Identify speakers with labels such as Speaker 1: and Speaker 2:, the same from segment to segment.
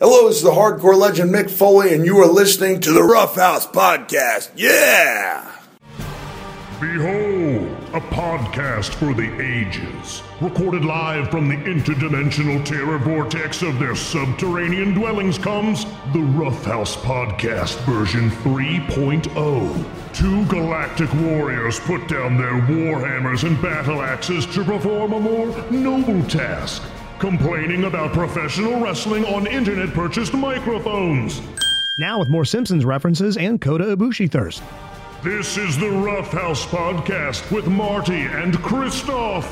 Speaker 1: Hello, this is the hardcore legend Mick Foley, and you are listening to the Rough House Podcast. Yeah!
Speaker 2: Behold, a podcast for the ages, recorded live from the interdimensional terror vortex of their subterranean dwellings comes the Roughhouse Podcast version 3.0. Two galactic warriors put down their warhammers and battle axes to perform a more noble task, complaining about professional wrestling on internet purchased microphones.
Speaker 3: Now with more Simpsons references and Kota Ibushi thirst.
Speaker 2: This is the Roughhouse Podcast with Marty and Christoph.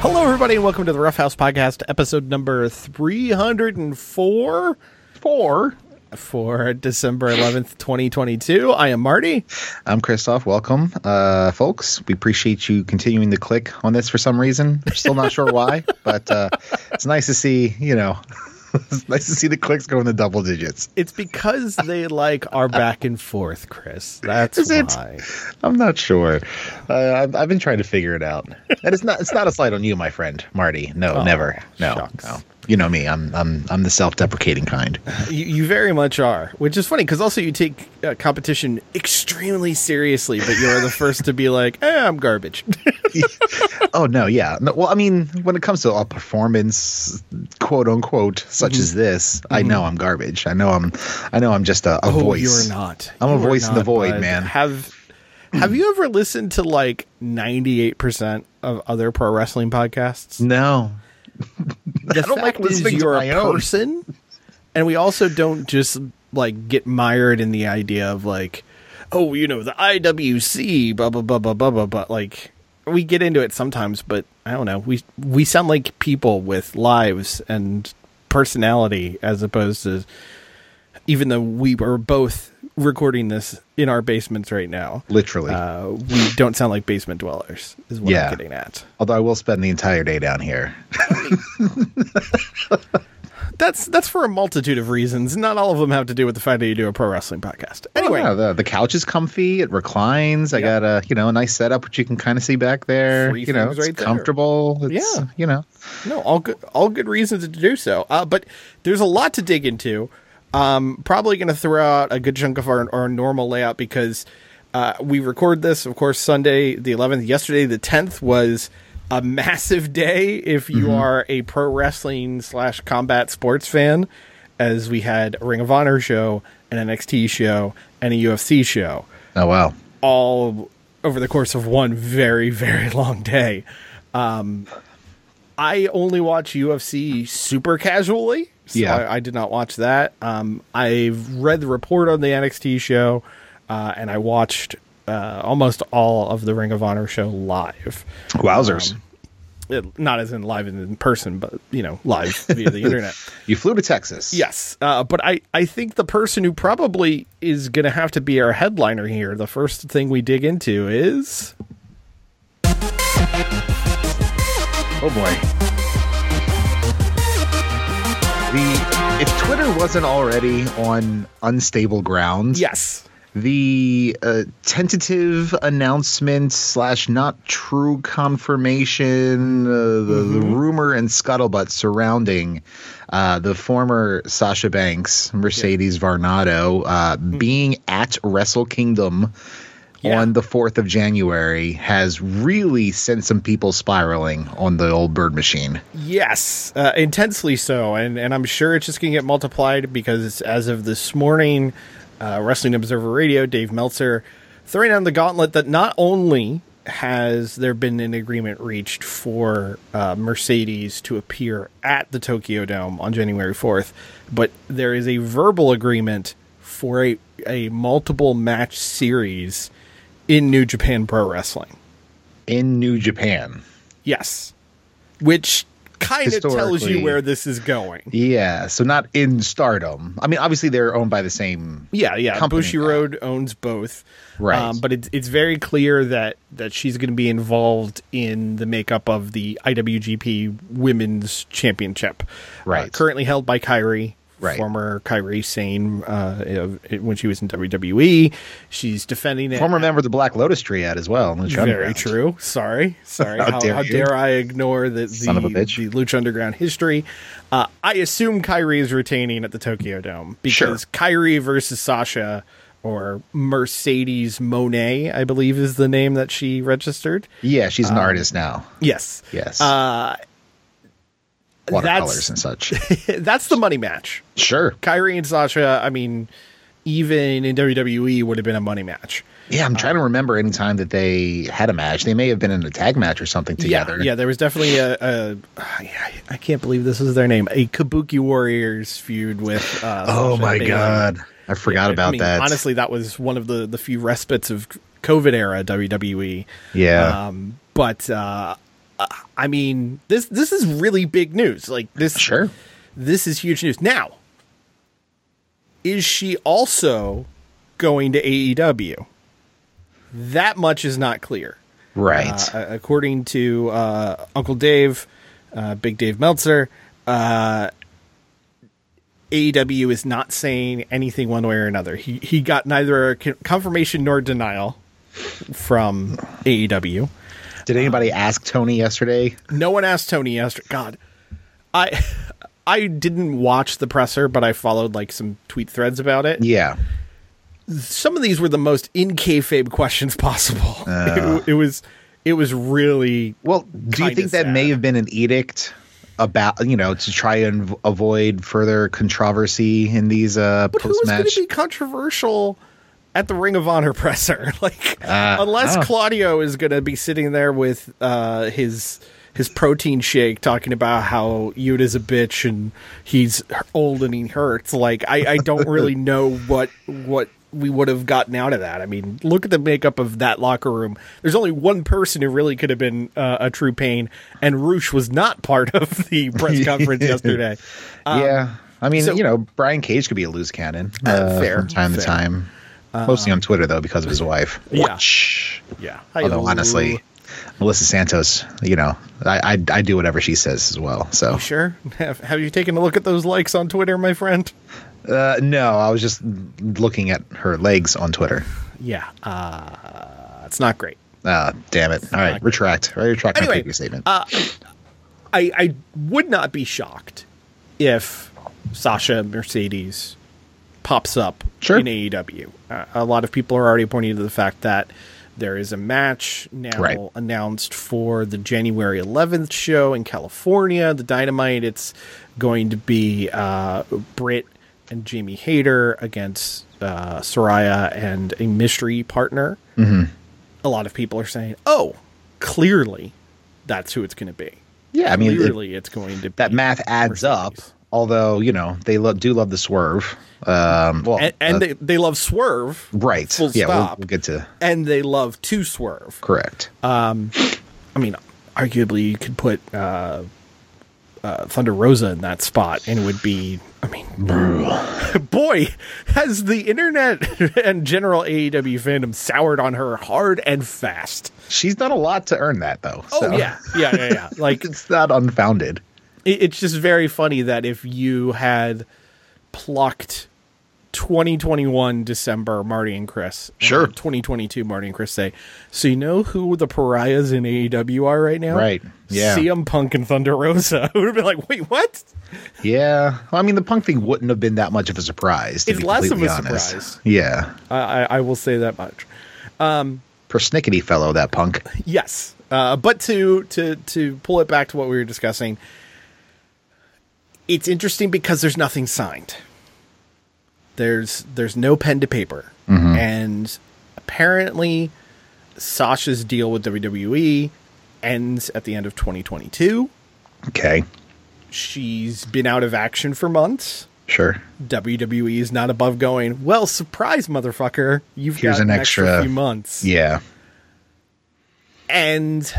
Speaker 4: Hello, everybody, and welcome to the Rough House Podcast, episode number 304
Speaker 5: four.
Speaker 4: for December 11th, 2022. I am Marty.
Speaker 5: I'm Christoph. Welcome, uh, folks. We appreciate you continuing to click on this for some reason. We're still not sure why, but uh, it's nice to see. You know, it's nice to see the clicks go in the double digits.
Speaker 4: It's because they like our back and forth, Chris. That's
Speaker 5: Is it?
Speaker 4: why.
Speaker 5: I'm not sure. Uh, I've, I've been trying to figure it out, and it's not. It's not a slight on you, my friend, Marty. No, never. No,
Speaker 4: Oh, shucks.
Speaker 5: no. You know me. I'm. I'm. I'm the self-deprecating kind.
Speaker 4: You, you very much are, which is funny because also you take uh, competition extremely seriously, but you're the first to be like, eh, I'm garbage.
Speaker 5: oh no, yeah. No, well, I mean, when it comes to a performance, quote unquote, such
Speaker 4: Mm-hmm.
Speaker 5: as this, I know I'm garbage. I know I'm, I know I'm just a, a voice.
Speaker 4: Oh, You're not.
Speaker 5: I'm a
Speaker 4: You are
Speaker 5: voice in the
Speaker 4: not,
Speaker 5: void,
Speaker 4: bud.
Speaker 5: man.
Speaker 4: Have Have you ever listened to like 98 percent of other pro wrestling podcasts?
Speaker 5: No,
Speaker 4: The
Speaker 5: don't like listening to
Speaker 4: you're
Speaker 5: my
Speaker 4: a
Speaker 5: own.
Speaker 4: person, and we also don't just like get mired in the idea of like, oh, you know, the IWC, blah blah blah blah blah blah blah. Like we get into it sometimes, but I don't know. We we sound like people with lives and personality as opposed to even though we were both recording this in our basements right now,
Speaker 5: literally.
Speaker 4: uh, we don't sound like basement dwellers, is what
Speaker 5: Yeah.
Speaker 4: I'm getting at.
Speaker 5: Although I will spend the entire day down here.
Speaker 4: That's that's for a multitude of reasons. Not all of them have to do with the fact that you do a pro wrestling podcast. Anyway,
Speaker 5: Oh, Yeah, the, the couch is comfy. It reclines. I
Speaker 4: Yep.
Speaker 5: got a you know a nice setup which you can kind of see back there.
Speaker 4: Three
Speaker 5: you know,
Speaker 4: things
Speaker 5: it's
Speaker 4: right there.
Speaker 5: comfortable. It's,
Speaker 4: Yeah.
Speaker 5: you know,
Speaker 4: no, all good all good reasons to do so. Uh, but there's a lot to dig into. Um, probably going to throw out a good chunk of our, our normal layout because uh, we record this, of course, Sunday the 11th. Yesterday the 10th was a massive day if you are a pro wrestling slash combat sports fan, as we had a Ring of Honor show, an NXT show, and a UFC show.
Speaker 5: oh wow.
Speaker 4: all over the course of one very very long day. Um, I only watch UFC super casually, so
Speaker 5: Yeah.
Speaker 4: I, I did not watch that. Um, I've read the report on the NXT show, uh, and I watched uh, almost all of the Ring of Honor show live.
Speaker 5: Wowzers!
Speaker 4: Um, It- not as in live and in person, but you know, live via the internet.
Speaker 5: you flew to Texas.
Speaker 4: Yes, uh, but I, I think the person who probably is going to have to be our headliner here. The first thing we dig into is
Speaker 5: Oh boy. The if Twitter wasn't already on unstable grounds,
Speaker 4: yes,
Speaker 5: the uh, tentative announcement slash not true confirmation, uh, the, the rumor and scuttlebutt surrounding uh, the former Sasha Banks, Mercedes Varnado, uh, being at Wrestle Kingdom
Speaker 4: Yeah.
Speaker 5: on the 4th of January has really sent some people spiraling on the old bird machine.
Speaker 4: yes, uh, intensely so, and and I'm sure it's just going to get multiplied because as of this morning, uh, Wrestling Observer Radio, Dave Meltzer throwing down the gauntlet that not only has there been an agreement reached for uh, Mercedes to appear at the Tokyo Dome on January 4th, but there is a verbal agreement for a a multiple match series in New Japan Pro Wrestling.
Speaker 5: In New Japan.
Speaker 4: Yes. Which kind of tells you
Speaker 5: Historically-
Speaker 4: where this is going.
Speaker 5: Yeah, so not in stardom. I mean, obviously, they're owned by the same
Speaker 4: Yeah, yeah.
Speaker 5: Company
Speaker 4: Bushi Road owns both. Um,
Speaker 5: Right.
Speaker 4: but it's it's very clear that that she's going to be involved in the makeup of the IWGP Women's Championship.
Speaker 5: Right.
Speaker 4: currently held by Kyrie
Speaker 5: Right.
Speaker 4: Former Kyrie Sane, uh, of- when she was in WWE, she's defending it.
Speaker 5: Former member of the Black Lotus Triad as well. Lucha
Speaker 4: Very
Speaker 5: Underground.
Speaker 4: true. Sorry, sorry.
Speaker 5: How
Speaker 4: how,
Speaker 5: dare
Speaker 4: how
Speaker 5: you.
Speaker 4: dare I ignore the the,
Speaker 5: Son of a bitch.
Speaker 4: the Lucha Underground history? Uh, I assume Kyrie is retaining at the Tokyo Dome because
Speaker 5: Sure.
Speaker 4: Kyrie versus Sasha or Mercedes Monet, I believe, is the name that she registered.
Speaker 5: Yeah, she's an artist now.
Speaker 4: Yes,
Speaker 5: Yes.
Speaker 4: Um, Uh, that's-
Speaker 5: Watercolors and such.
Speaker 4: that's the money match.
Speaker 5: sure.
Speaker 4: Kyrie and Sasha. I mean, even in WWE, would have been a money match.
Speaker 5: Yeah, I'm trying to remember any time that they had a match. They may have been in a tag match or something together.
Speaker 4: Yeah, yeah, there was definitely a, a I I can't believe this is their name, a Kabuki Warriors feud with. Uh,
Speaker 5: Oh
Speaker 4: Sasha
Speaker 5: my
Speaker 4: Banks.
Speaker 5: god, I forgot
Speaker 4: I
Speaker 5: about
Speaker 4: mean,
Speaker 5: that.
Speaker 4: Honestly, that was one of the the few respites of COVID era WWE.
Speaker 5: yeah,
Speaker 4: Um, but uh, uh, I mean, this this is really big news. Like this,
Speaker 5: sure.
Speaker 4: this is huge news. Now, is she also going to AEW? That much is not clear.
Speaker 5: Right.
Speaker 4: Uh, according to uh, Uncle Dave, uh, Big Dave Meltzer, uh, AEW is not saying anything one way or another. He he got neither con- confirmation nor denial from E AEW.
Speaker 5: Did anybody
Speaker 4: um,
Speaker 5: ask Tony yesterday?
Speaker 4: No one asked Tony yesterday. God, I I didn't watch the presser, but I followed like some tweet threads about it.
Speaker 5: Yeah.
Speaker 4: Some of these were the most in kayfabe questions possible. It, it was it was really
Speaker 5: Well, do you
Speaker 4: Kinda
Speaker 5: think that may
Speaker 4: sad.
Speaker 5: have been an edict about you know to try and v- avoid further controversy in these uh
Speaker 4: But who's
Speaker 5: post
Speaker 4: going
Speaker 5: match?
Speaker 4: to be controversial at the Ring of Honor presser? Like,
Speaker 5: Uh,
Speaker 4: unless
Speaker 5: oh.
Speaker 4: Claudio is going to be sitting there with uh, his his protein shake, talking about how Yuda's a bitch and he's old and he hurts. Like, I, I don't really know what what we would have gotten out of that. I mean, look at the makeup of that locker room. There's only one person who really could have been uh, a true pain, and Roosh was not part of the press conference yesterday.
Speaker 5: yeah. I mean,
Speaker 4: Um, so-
Speaker 5: you know, Brian Cage could be a loose cannon
Speaker 4: Uh,
Speaker 5: uh,
Speaker 4: fair,
Speaker 5: from time
Speaker 4: fair. Uh,
Speaker 5: to time. Mostly on Twitter though, because of his wife.
Speaker 4: Yeah.
Speaker 5: Watch.
Speaker 4: Yeah.
Speaker 5: Although
Speaker 4: Hi-yo.
Speaker 5: honestly, Melissa Santos, you know, I, I I do whatever she says as well. So
Speaker 4: Sure. Have, have you taken a look at those likes on Twitter, my friend?
Speaker 5: uh, no, I was just looking at her legs on Twitter.
Speaker 4: Yeah. Uh, it's not great.
Speaker 5: Ah, damn it! All right, retract. I retract my
Speaker 4: Anyway, uh,
Speaker 5: previous statement.
Speaker 4: I, I would not be shocked if Sasha Mercedes pops up
Speaker 5: Sure.
Speaker 4: in AEW. Uh, a lot of people are already pointing to the fact that there is a match now
Speaker 5: Right.
Speaker 4: announced for the January 11th show in California, the Dynamite. It's going to be uh, Britt and Jamie Hayter against uh, Soraya and a mystery partner.
Speaker 5: Mm-hmm.
Speaker 4: A lot of people are saying, oh, clearly that's who it's going to be
Speaker 5: yeah, I mean, it-
Speaker 4: clearly it's going to
Speaker 5: that
Speaker 4: be
Speaker 5: math adds up.
Speaker 4: Mercedes.
Speaker 5: Although you know they lo- do love the swerve. Um, well,
Speaker 4: and, and
Speaker 5: uh,
Speaker 4: they, they love swerve
Speaker 5: right?
Speaker 4: full
Speaker 5: yeah, we'll-
Speaker 4: stop
Speaker 5: We'll, get to
Speaker 4: and they love to swerve
Speaker 5: correct.
Speaker 4: Uh, i mean arguably you could put uh, uh, thunder rosa in that spot and it would be i mean boy has the internet and general aew fandom soured on her hard and fast
Speaker 5: She's done a lot to earn that though.
Speaker 4: oh
Speaker 5: so
Speaker 4: yeah yeah yeah yeah like
Speaker 5: it's not unfounded.
Speaker 4: it, it's just very funny that if you had plucked 2021 December Marty and Chris, and
Speaker 5: Sure.
Speaker 4: 2022 Marty and Chris say, so you know who the pariahs in AEW are right now,
Speaker 5: Right. Yeah.
Speaker 4: CM Punk and Thunder Rosa. Who would have been like, wait, what?
Speaker 5: Yeah, well, I mean, the punk thing wouldn't have been that much of a surprise. To
Speaker 4: It's
Speaker 5: be
Speaker 4: less of
Speaker 5: completely
Speaker 4: a
Speaker 5: honest.
Speaker 4: surprise.
Speaker 5: Yeah,
Speaker 4: I, I, I will say that much.
Speaker 5: persnickety fellow, that punk.
Speaker 4: Yes, uh, but to to to pull it back to what we were discussing, it's interesting because there's nothing signed. There's there's no pen to paper,
Speaker 5: Mm-hmm.
Speaker 4: and apparently, Sasha's deal with WWE ends at the end of 2022.
Speaker 5: Okay,
Speaker 4: She's been out of action for months.
Speaker 5: sure.
Speaker 4: WWE is not above going. Well, surprise, motherfucker! You've
Speaker 5: Here's
Speaker 4: got
Speaker 5: an
Speaker 4: an extra,
Speaker 5: extra-
Speaker 4: few months
Speaker 5: Yeah,
Speaker 4: and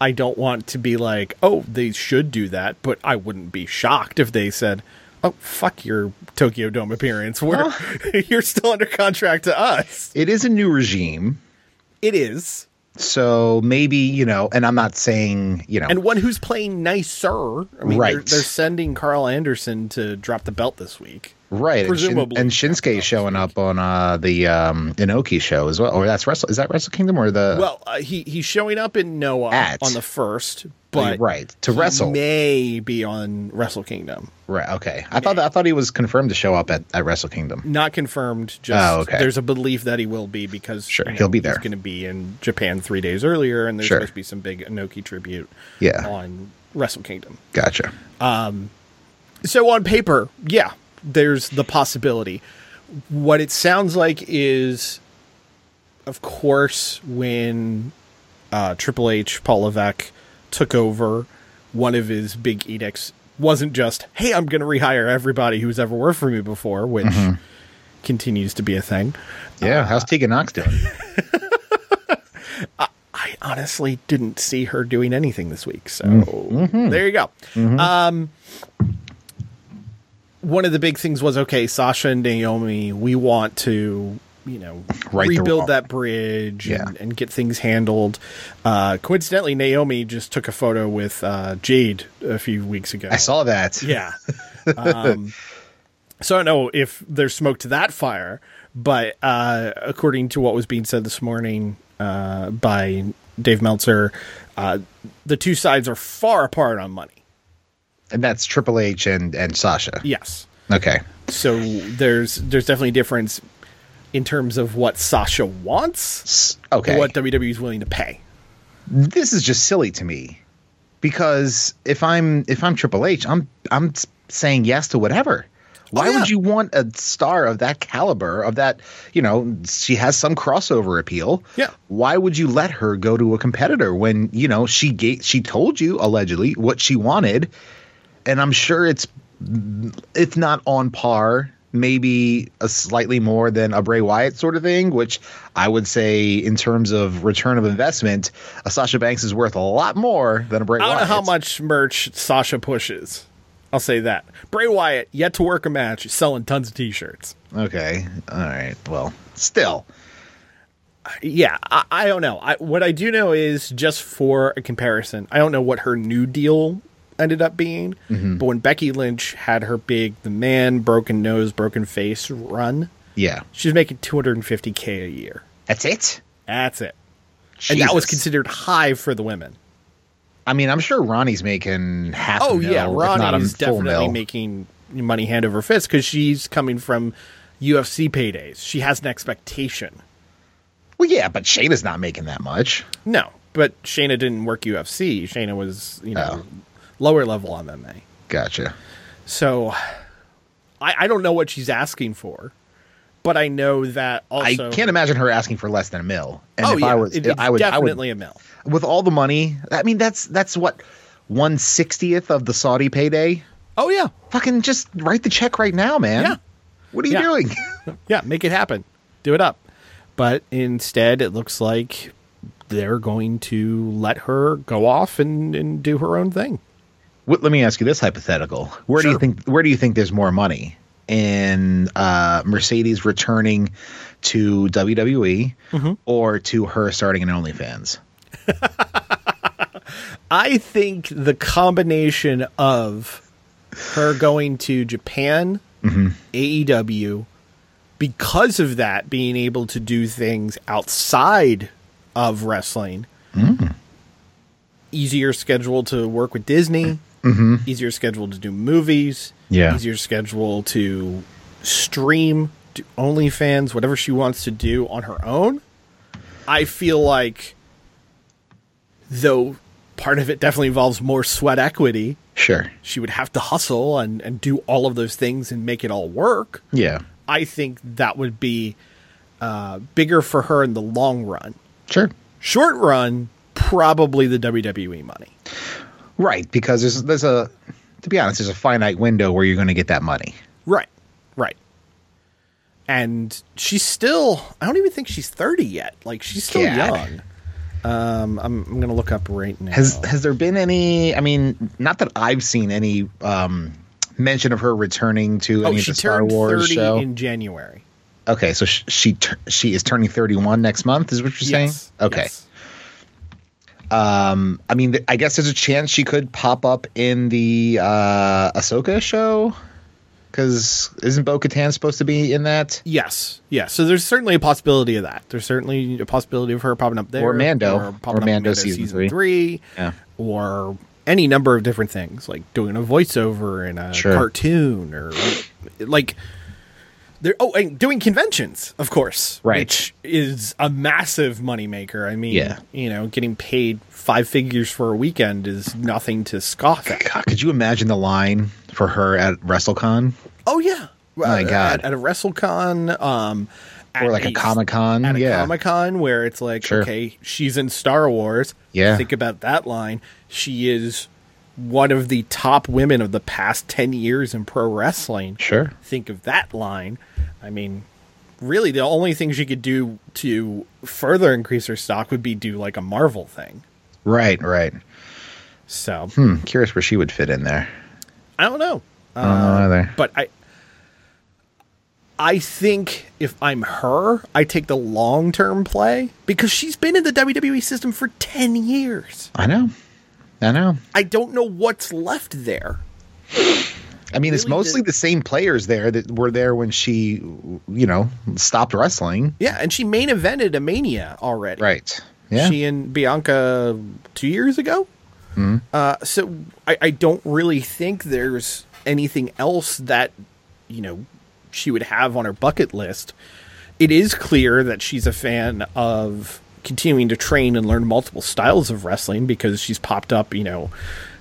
Speaker 4: I don't want to be like, oh, they should do that, but I wouldn't be shocked if they said, oh, fuck your Tokyo Dome appearance. We're, you're still under contract to us.
Speaker 5: it is a new regime.
Speaker 4: It is.
Speaker 5: So maybe, you know, and I'm not saying, you know,
Speaker 4: and one who's playing nicer. I mean, they're,
Speaker 5: Right.
Speaker 4: they're sending Carl Anderson to drop the belt this week.
Speaker 5: right. and Shin-
Speaker 4: presumably
Speaker 5: And, Shinsuke showing up on uh, the um, Inoki show as well. Or that's Wrestle. Is that Wrestle Kingdom or the.
Speaker 4: Well, uh, he he's showing up in Noah
Speaker 5: At.
Speaker 4: on the first, but
Speaker 5: right. To wrestle.
Speaker 4: may be on Wrestle Kingdom.
Speaker 5: right. Okay. I thought I thought he was confirmed to show up at, at Wrestle Kingdom.
Speaker 4: Not confirmed. Just
Speaker 5: Oh, okay.
Speaker 4: there's a belief that he will be because
Speaker 5: Sure, he'll be there.
Speaker 4: He's going to be in Japan three days earlier, and there's
Speaker 5: Sure.
Speaker 4: supposed to be some big Anoki tribute.
Speaker 5: Yeah.
Speaker 4: on Wrestle Kingdom.
Speaker 5: Gotcha.
Speaker 4: So on paper, yeah, there's the possibility. What it sounds like is, of course, when uh, Triple H, Paul Levesque took over, one of his big edicts wasn't just, hey, I'm going to rehire everybody who's ever worked for me before, which
Speaker 5: Mm-hmm.
Speaker 4: continues to be a thing.
Speaker 5: Yeah.
Speaker 4: Uh,
Speaker 5: how's Tegan Knox doing?
Speaker 4: I honestly didn't see her doing anything this week. So
Speaker 5: Mm. Mm-hmm.
Speaker 4: there you go. Um, one of the big things was okay, Sasha and Naomi, we want to, you know,
Speaker 5: Right the wrong.
Speaker 4: rebuild that bridge
Speaker 5: Yeah.
Speaker 4: and, and get things handled. Uh, coincidentally, Naomi just took a photo with uh, Jade a few weeks ago.
Speaker 5: I saw that.
Speaker 4: Yeah. Um, so I don't know if there's smoke to that fire, but uh, according to what was being said this morning uh, by Dave Meltzer, uh, the two sides are far apart on money.
Speaker 5: And that's Triple H and, and Sasha.
Speaker 4: Yes.
Speaker 5: Okay.
Speaker 4: So there's there's definitely a difference in terms of what Sasha wants,
Speaker 5: S- Okay.
Speaker 4: what WWE is willing to pay.
Speaker 5: this is just silly to me because if I'm if I'm Triple H, I'm I'm s- saying yes to whatever. Why
Speaker 4: Oh, yeah.
Speaker 5: would you want a star of that caliber of that, you know, she has some crossover appeal.
Speaker 4: Yeah.
Speaker 5: Why would you let her go to a competitor when, you know, she ga- she told you allegedly what she wanted and I'm sure it's if not on par, maybe a slightly more than a Bray Wyatt sort of thing, which I would say in terms of return of investment, a Sasha Banks is worth a lot more than a Bray
Speaker 4: I don't
Speaker 5: Wyatt.
Speaker 4: know how much merch Sasha pushes. I'll say that. Bray Wyatt, yet to work a match, selling tons of t shirts.
Speaker 5: Okay. All right. Well, still.
Speaker 4: yeah, I, I don't know. I, what I do know is just for a comparison, I don't know what her new deal ended up being, but when Becky Lynch had her big the man broken nose, broken face run,
Speaker 5: Yeah.
Speaker 4: she's making 250k a year.
Speaker 5: That's it.
Speaker 4: That's it. And that was
Speaker 5: Jesus.
Speaker 4: considered high for the women.
Speaker 5: I mean, I'm sure Ronnie's making half. a
Speaker 4: Oh
Speaker 5: mil,
Speaker 4: yeah,
Speaker 5: if not a
Speaker 4: Ronnie's
Speaker 5: full
Speaker 4: definitely
Speaker 5: mil.
Speaker 4: making money hand over fist cuz she's coming from UFC paydays. She has an expectation.
Speaker 5: Well, yeah, but Shayna's not making that much.
Speaker 4: No, but Shayna didn't work UFC. Shayna was, you know,
Speaker 5: Oh.
Speaker 4: lower level MMA.
Speaker 5: Gotcha.
Speaker 4: So I, I don't know what she's asking for, but I know that
Speaker 5: I
Speaker 4: also.
Speaker 5: can't imagine her asking for less than a mil. And
Speaker 4: Oh,
Speaker 5: if
Speaker 4: yeah.
Speaker 5: I was,
Speaker 4: it- it's
Speaker 5: I would I would
Speaker 4: definitely a mill.
Speaker 5: with all the money i mean that's that's what 160th of the saudi payday
Speaker 4: Oh, yeah.
Speaker 5: fucking just write the check right now man
Speaker 4: Yeah.
Speaker 5: what are you
Speaker 4: Yeah.
Speaker 5: doing
Speaker 4: Yeah. Make it happen. Do it up. But instead, it looks like they're going to let her go off and, and do her own thing.
Speaker 5: What- let me ask you this hypothetical where do you
Speaker 4: Sure.
Speaker 5: think where do you think there's more money in uh, mercedes returning to wwe
Speaker 4: Mm-hmm.
Speaker 5: or to her starting an onlyfans
Speaker 4: I think the combination of her going to Japan, AEW, because of that, being able to do things outside of wrestling, easier schedule to work with Disney, easier schedule to do movies,
Speaker 5: Yeah.
Speaker 4: easier schedule to stream, do OnlyFans, whatever she wants to do on her own. I feel like, though part of it definitely involves more sweat equity,
Speaker 5: sure
Speaker 4: she would have to hustle and, and do all of those things and make it all work.
Speaker 5: yeah
Speaker 4: I think that would be uh, bigger for her in the long run.
Speaker 5: sure
Speaker 4: Short run, probably the WWE money.
Speaker 5: right because there's there's a to be honest there's a finite window where you're going to get that money
Speaker 4: Right. Right. And she's still I don't even think she's 30 yet. Like she's still
Speaker 5: God.
Speaker 4: young. Um I'm I'm going to look up right now.
Speaker 5: Has has there been any? I mean, not that I've seen any um, mention of her returning to
Speaker 4: oh,
Speaker 5: any of
Speaker 4: she
Speaker 5: the Star
Speaker 4: turned
Speaker 5: Wars
Speaker 4: 30
Speaker 5: show.
Speaker 4: in January.
Speaker 5: okay, so sh- she tur she is turning thirty one next month. Is what you're
Speaker 4: Yes.
Speaker 5: saying? Okay,
Speaker 4: Yes.
Speaker 5: Um, I mean, th- I guess there's a chance she could pop up in the uh, Ahsoka show because isn't Bo Katan supposed to be in that?
Speaker 4: Yes, yes. So there's certainly a possibility of that. There's certainly a possibility of her popping up there,
Speaker 5: Or Mando.
Speaker 4: popping
Speaker 5: Or
Speaker 4: up in
Speaker 5: Mando season three. Yeah.
Speaker 4: or any number of different things, like doing a voiceover in a
Speaker 5: Sure.
Speaker 4: cartoon, or like there. Oh, and doing conventions, of course,
Speaker 5: Right.
Speaker 4: Which is a massive moneymaker. I mean,
Speaker 5: Yeah.
Speaker 4: you know, getting paid five figures for a weekend is nothing to scoff at.
Speaker 5: God, could you imagine the line for her at WrestleCon
Speaker 4: Oh yeah,
Speaker 5: My
Speaker 4: At-
Speaker 5: God.
Speaker 4: at, at a WrestleCon, um,
Speaker 5: or
Speaker 4: at
Speaker 5: like a Comic Con?
Speaker 4: at a
Speaker 5: Yeah,
Speaker 4: Comic Con where it's like,
Speaker 5: Sure.
Speaker 4: okay, she's in Star Wars.
Speaker 5: Yeah.
Speaker 4: Think about that line. She is one of the top women of the past 10 years in pro wrestling.
Speaker 5: sure.
Speaker 4: Think of that line. I mean, really, the only thing she could do to further increase her stock would be do like a Marvel thing.
Speaker 5: Right, right.
Speaker 4: So,
Speaker 5: Hmm, curious where she would fit in there.
Speaker 4: I don't know.
Speaker 5: I don't know either.
Speaker 4: But I. I think if I'm her, I take the long term play because she's been in the WWE system for 10 years.
Speaker 5: I know. I know.
Speaker 4: I don't know what's left there.
Speaker 5: I mean, it's
Speaker 4: really
Speaker 5: mostly
Speaker 4: did-
Speaker 5: the same players there that were there when she, you know, stopped wrestling.
Speaker 4: Yeah, and she main evented a Mania already.
Speaker 5: Right. Yeah.
Speaker 4: She and Bianca two years ago.
Speaker 5: Mm-hmm.
Speaker 4: Uh, so I, I don't really think there's anything else that you know she would have on her bucket list. It is clear that she's a fan of continuing to train and learn multiple styles of wrestling because she's popped up, you know,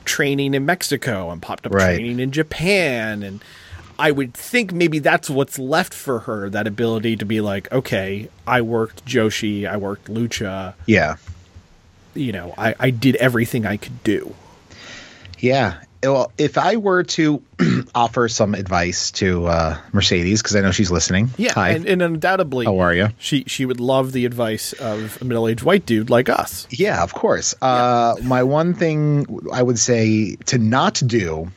Speaker 4: training in Mexico and popped up
Speaker 5: Right.
Speaker 4: training in Japan and I would think maybe that's what's left for her, that ability to be like, okay, I worked Joshi, I worked Lucha,
Speaker 5: yeah.
Speaker 4: you know, I, I did everything I could do.
Speaker 5: Yeah. Well, if I were to offer some advice to uh, Mercedes, because I know she's listening.
Speaker 4: Yeah,
Speaker 5: Hi.
Speaker 4: and, and undoubtedly,
Speaker 5: How are ya?
Speaker 4: She she would love the advice of a middle aged white dude like us.
Speaker 5: yeah, of course. Uh, My one thing I would say to not do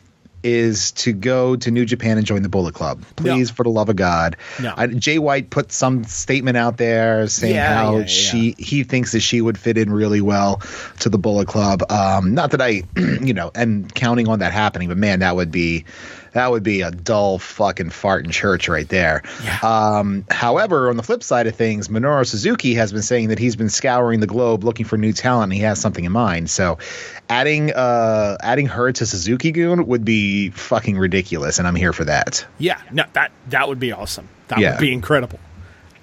Speaker 5: is to go to New Japan and join the Bullet Club. Please, for the love of God.
Speaker 4: No.
Speaker 5: I, Jay White put some statement out there saying
Speaker 4: Yeah,
Speaker 5: how
Speaker 4: yeah, yeah.
Speaker 5: she he thinks that she would fit in really well to the Bullet Club. Um, not that I, you know, am counting on that happening, but man, that would be that would be a dull fucking fart in church right there.
Speaker 4: Yeah.
Speaker 5: Um, however, on the flip side of things, Minoru Suzuki has been saying that he's been scouring the globe looking for new talent. and He has something in mind. So, adding uh, adding her to Suzuki Goon would be fucking ridiculous, and I'm here for that.
Speaker 4: Yeah, no, that that would be awesome. That
Speaker 5: Yeah.
Speaker 4: would be incredible.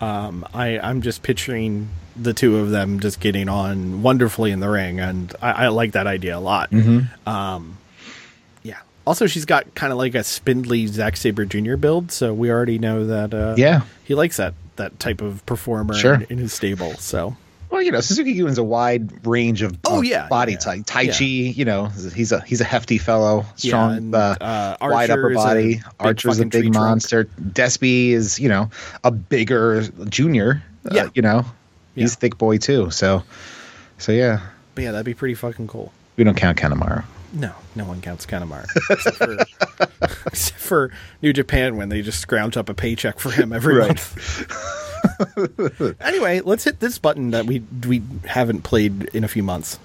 Speaker 4: Um, I I'm just picturing the two of them just getting on wonderfully in the ring, and I, I like that idea a lot. Um,
Speaker 5: Mm-hmm.
Speaker 4: yeah. Also, she's got kind of like a spindly Zack Saber Jr. build, so we already know that. Uh,
Speaker 5: Yeah.
Speaker 4: he likes that that type of performer
Speaker 5: Sure.
Speaker 4: in, in his stable. So
Speaker 5: Well, you know, Suzuki Goon's a wide range of
Speaker 4: Oh,
Speaker 5: of
Speaker 4: yeah,
Speaker 5: body
Speaker 4: yeah,
Speaker 5: type. Tai
Speaker 4: yeah.
Speaker 5: Chi, you know, he's a he's a hefty fellow, strong,
Speaker 4: and,
Speaker 5: uh,
Speaker 4: uh,
Speaker 5: wide
Speaker 4: Archer
Speaker 5: upper
Speaker 4: is a
Speaker 5: body.
Speaker 4: big
Speaker 5: Archer's a
Speaker 4: fucking tree
Speaker 5: big
Speaker 4: trunk.
Speaker 5: monster. Despy is, you know, a bigger junior.
Speaker 4: Yeah.
Speaker 5: uh, you know, he's
Speaker 4: Yeah.
Speaker 5: thick boy too. So, so yeah,
Speaker 4: But yeah, that'd be pretty fucking cool.
Speaker 5: we don't count Kanemaru.
Speaker 4: No, no one counts Kanemaru. except, for, except for New Japan when they just scrounge up a paycheck for him every
Speaker 5: Right.
Speaker 4: month. anyway, let's hit this button that we we haven't played in a few months.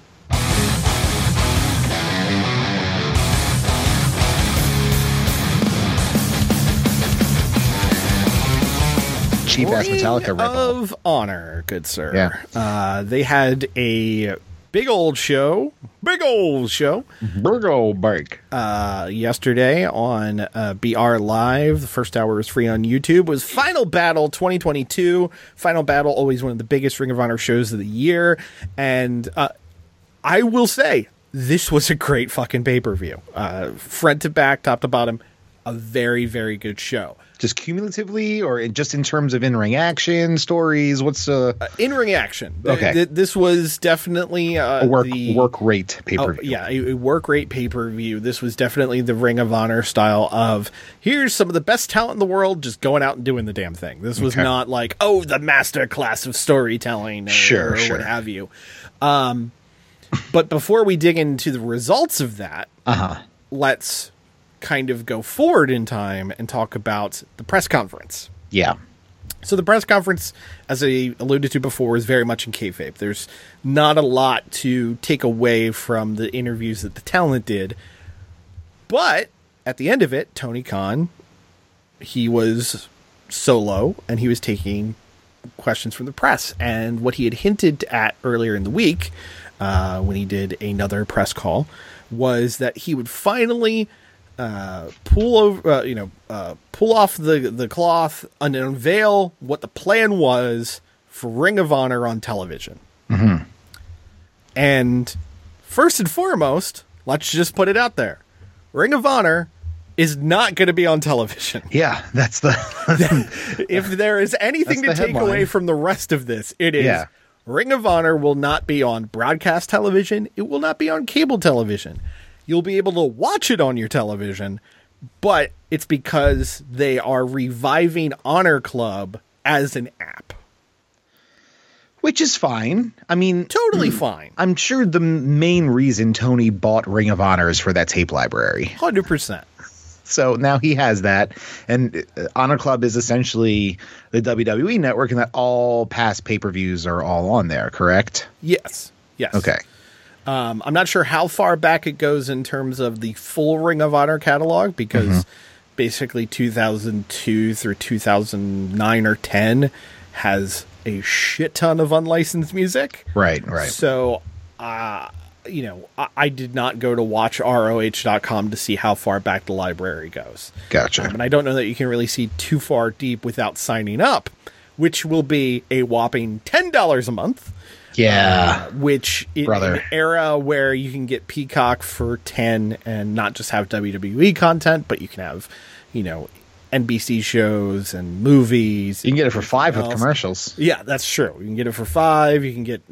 Speaker 5: Cheap ass
Speaker 4: Ring
Speaker 5: Metallica record.
Speaker 4: of honor, good sir.
Speaker 5: Yeah.
Speaker 4: Uh, they had a big old show, big old show
Speaker 5: Burgo Bark.
Speaker 4: uh, yesterday on uh, BR Live. The first hour is free on YouTube. was Final Battle 2022. Final Battle, always one of the biggest Ring of Honor shows of the year. And uh, I will say, this was a great fucking pay per view. Uh, front to back, top to bottom, a very, very good show.
Speaker 5: Just cumulatively, or in, just in terms of in ring action stories, what's uh,
Speaker 4: In ring action.
Speaker 5: Okay.
Speaker 4: Th- this was definitely uh,
Speaker 5: a work
Speaker 4: the-
Speaker 5: work rate pay per
Speaker 4: Oh,
Speaker 5: view?
Speaker 4: yeah, a, a work rate pay per view. This was definitely the Ring of Honor style of here's some of the best talent in the world just going out and doing the damn thing. This was
Speaker 5: Okay.
Speaker 4: not like oh the master class of storytelling or,
Speaker 5: Sure,
Speaker 4: or
Speaker 5: sure.
Speaker 4: what have you. Um, but before we dig into the results of that,
Speaker 5: Uh-huh.
Speaker 4: let's kind of go forward in time and talk about the press conference
Speaker 5: yeah.
Speaker 4: So the press conference, as I alluded to before, is very much in kayfabe. There's not a lot to take away from the interviews that the talent did, but at the end of it, Tony Khan, he was solo and he was taking questions from the press. And what he had hinted at earlier in the week, uh, when he did another press call, was that he would finally uh, pull over, uh, you know, uh, pull off the the cloth and unveil what the plan was for Ring of Honor on television. And first and foremost, let's just put it out there: Ring of Honor is not going to be on television
Speaker 5: Yeah, that's the
Speaker 4: if there is anything to
Speaker 5: That's the
Speaker 4: take
Speaker 5: headline.
Speaker 4: away from the rest of this, it is
Speaker 5: Yeah.
Speaker 4: Ring of Honor will not be on broadcast television. It will not be on cable television. You'll be able to watch it on your television, but it's because they are reviving Honor Club as an app.
Speaker 5: which is fine. I mean,
Speaker 4: Totally fine.
Speaker 5: I'm sure the m- main reason Tony bought Ring of Honor is for that tape library.
Speaker 4: 100%.
Speaker 5: So now he has that, and uh, Honor Club is essentially the WWE network, and that all past pay per views are all on there. Correct?
Speaker 4: Yes. Yes.
Speaker 5: Okay.
Speaker 4: Um, I'm not sure how far back it goes in terms of the full Ring of Honor catalog because
Speaker 5: Mm-hmm.
Speaker 4: basically 2002 through 2009 or 10 has a shit ton of unlicensed music.
Speaker 5: Right. Right.
Speaker 4: So, uh, you know, I, I did not go to watch ROH.com to see how far back the library goes.
Speaker 5: Gotcha.
Speaker 4: Um, and I don't know that you can really see too far deep without signing up, which will be a whopping $10 a month
Speaker 5: yeah.
Speaker 4: which in
Speaker 5: Brother.
Speaker 4: an era where you can get Peacock for 10 and not just have WWE content, but you can have, you know, NBC shows and movies.
Speaker 5: You can get it for five with
Speaker 4: Else.
Speaker 5: commercials.
Speaker 4: yeah, that's true. You can get it for 5, you can get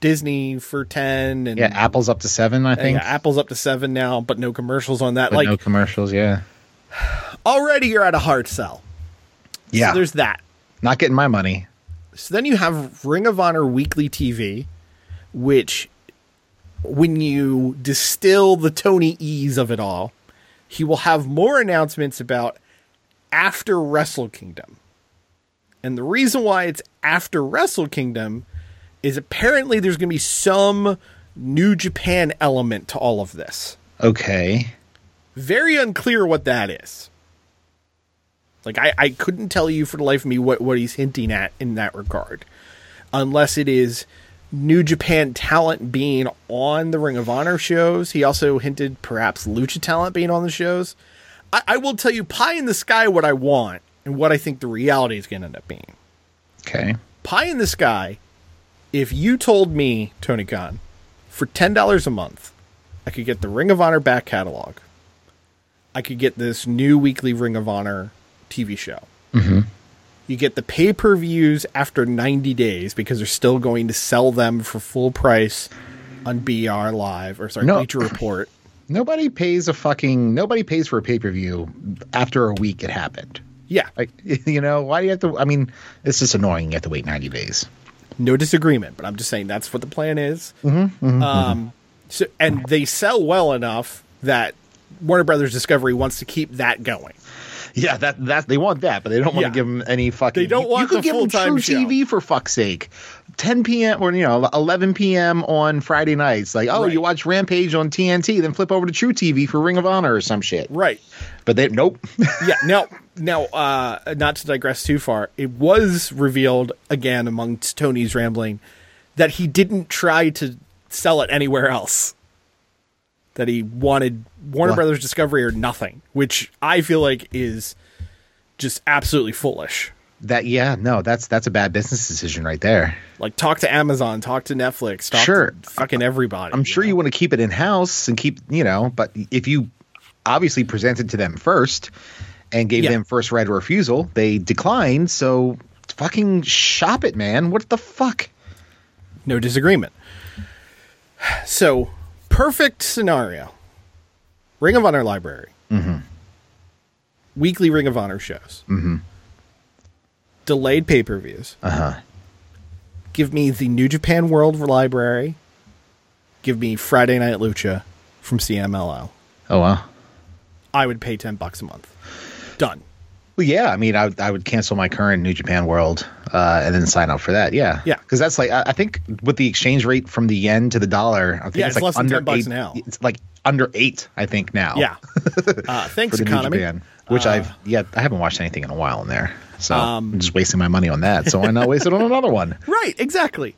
Speaker 4: Disney for 10 and
Speaker 5: Yeah, Apple's up to seven, I
Speaker 4: yeah,
Speaker 5: think.
Speaker 4: Apple's up to 7 now, but no commercials on that.
Speaker 5: but
Speaker 4: like
Speaker 5: no commercials. Yeah.
Speaker 4: already you're at a hard sell.
Speaker 5: Yeah.
Speaker 4: So there's that.
Speaker 5: Not getting my money.
Speaker 4: So then you have Ring of Honor Weekly TV, which, when you distill the Tony E's of it all, he will have more announcements about after Wrestle Kingdom. And the reason why it's after Wrestle Kingdom is apparently there's going to be some New Japan element to all of this.
Speaker 5: Okay.
Speaker 4: Very unclear what that is. Like I, I couldn't tell you for the life of me what, what he's hinting at in that regard. Unless it is New Japan talent being on the Ring of Honor shows. He also hinted perhaps lucha talent being on the shows. I, I will tell you pie in the sky what I want and what I think the reality is gonna end up being.
Speaker 5: Okay.
Speaker 4: Pie in the sky, if you told me, Tony Khan, for ten dollars a month, I could get the Ring of Honor back catalog. I could get this new weekly Ring of Honor TV show. You get the pay per views after 90 days because they're still going to sell them for full price on BR Live or sorry,
Speaker 5: No.
Speaker 4: Bleacher Report.
Speaker 5: Nobody pays a fucking. Nobody pays for a pay per view after a week it happened.
Speaker 4: Yeah,
Speaker 5: Like, you know, why do you have to? I mean, it's just annoying. You have to wait 90 days.
Speaker 4: no disagreement, but I'm just saying that's what the plan is. um, so, and they sell well enough that Warner Brothers Discovery wants to keep that going.
Speaker 5: Yeah, that that they want that, but they don't want
Speaker 4: Yeah.
Speaker 5: to give them any fucking.
Speaker 4: They don't
Speaker 5: you-
Speaker 4: want
Speaker 5: you could
Speaker 4: the
Speaker 5: give 'em
Speaker 4: full-time
Speaker 5: True
Speaker 4: show.
Speaker 5: TV for fuck's sake. 10 p.m. or you know 11 p.m. on Friday nights. Like, oh,
Speaker 4: Right.
Speaker 5: you watch Rampage on TNT, then flip over to True TV for Ring of Honor or some shit.
Speaker 4: Right.
Speaker 5: But they nope.
Speaker 4: yeah. Now, now, uh, not to digress too far, it was revealed again amongst Tony's rambling that he didn't try to sell it anywhere else. That he wanted Warner
Speaker 5: What?
Speaker 4: Brothers Discovery or nothing, which I feel like is just absolutely foolish.
Speaker 5: that yeah, no, that's that's a bad business decision right there.
Speaker 4: Like talk to Amazon, talk to Netflix, talk
Speaker 5: Sure.
Speaker 4: to fucking everybody.
Speaker 5: I'm sure
Speaker 4: know?
Speaker 5: you want to keep it in house and keep, you know, but if you obviously presented to them first and gave
Speaker 4: Yeah.
Speaker 5: them first right of refusal, they declined. So fucking shop it, man. What the fuck?
Speaker 4: no disagreement. So, perfect scenario Ring of Honor library,
Speaker 5: Mm-hmm.
Speaker 4: weekly Ring of Honor shows, delayed pay per views. Uh-huh. Give me the New Japan World library. Give me Friday Night Lucha from CMLL.
Speaker 5: Oh, wow.
Speaker 4: I would pay 10 bucks a month. Done.
Speaker 5: Well, yeah. I mean, I, would- I would cancel my current New Japan World uh, and then sign up for that. Yeah.
Speaker 4: Yeah.
Speaker 5: Because that's like, I, I think with the exchange rate from the yen to the dollar, I think
Speaker 4: Yeah,
Speaker 5: it's,
Speaker 4: it's
Speaker 5: like
Speaker 4: less than
Speaker 5: under
Speaker 4: 10 bucks
Speaker 5: eight,
Speaker 4: now.
Speaker 5: It's like under eight, I think, now.
Speaker 4: Yeah. Uh, thanks,
Speaker 5: Oh. For the
Speaker 4: economy. Uh.
Speaker 5: New Japan, which I've, yeah, I haven't watched anything in a while in there. So
Speaker 4: Um,
Speaker 5: I'm just wasting my money on that. So why not waste it on another one?
Speaker 4: Right, exactly.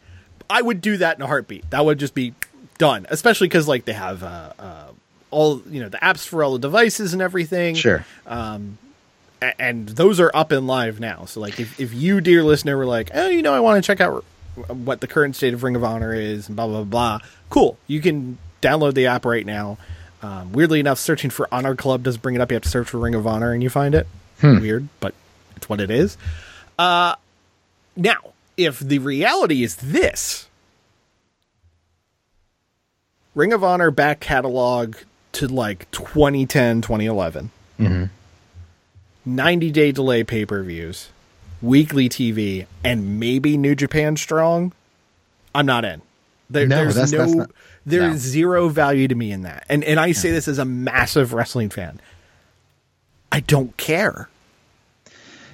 Speaker 4: I would do that in a heartbeat. That would just be done, especially because like they have uh, uh, all you know the apps for all the devices and everything. Um,
Speaker 5: Sure.
Speaker 4: A- and those are up and live now. So like if, if you, dear listener, were like, oh, you know, I want to check out what the current state of Ring of Honor is and blah blah blah. blah," Cool, you can download the app right now. Um, weirdly enough, searching for Honor Club does bring it up. You have to search for Ring of Honor and you find it. Weird, but it's what it is. Now, if the reality is this Ring of Honor back catalog to like 2010, 2011,
Speaker 5: Mm-hmm.
Speaker 4: 90 day delay pay per views, weekly TV, and maybe New Japan Strong, I'm not in. There,
Speaker 5: No,
Speaker 4: there's
Speaker 5: that's-
Speaker 4: no,
Speaker 5: that's not-
Speaker 4: there
Speaker 5: no.
Speaker 4: is zero value to me in that. And, and I say this as a massive wrestling fan. I don't care.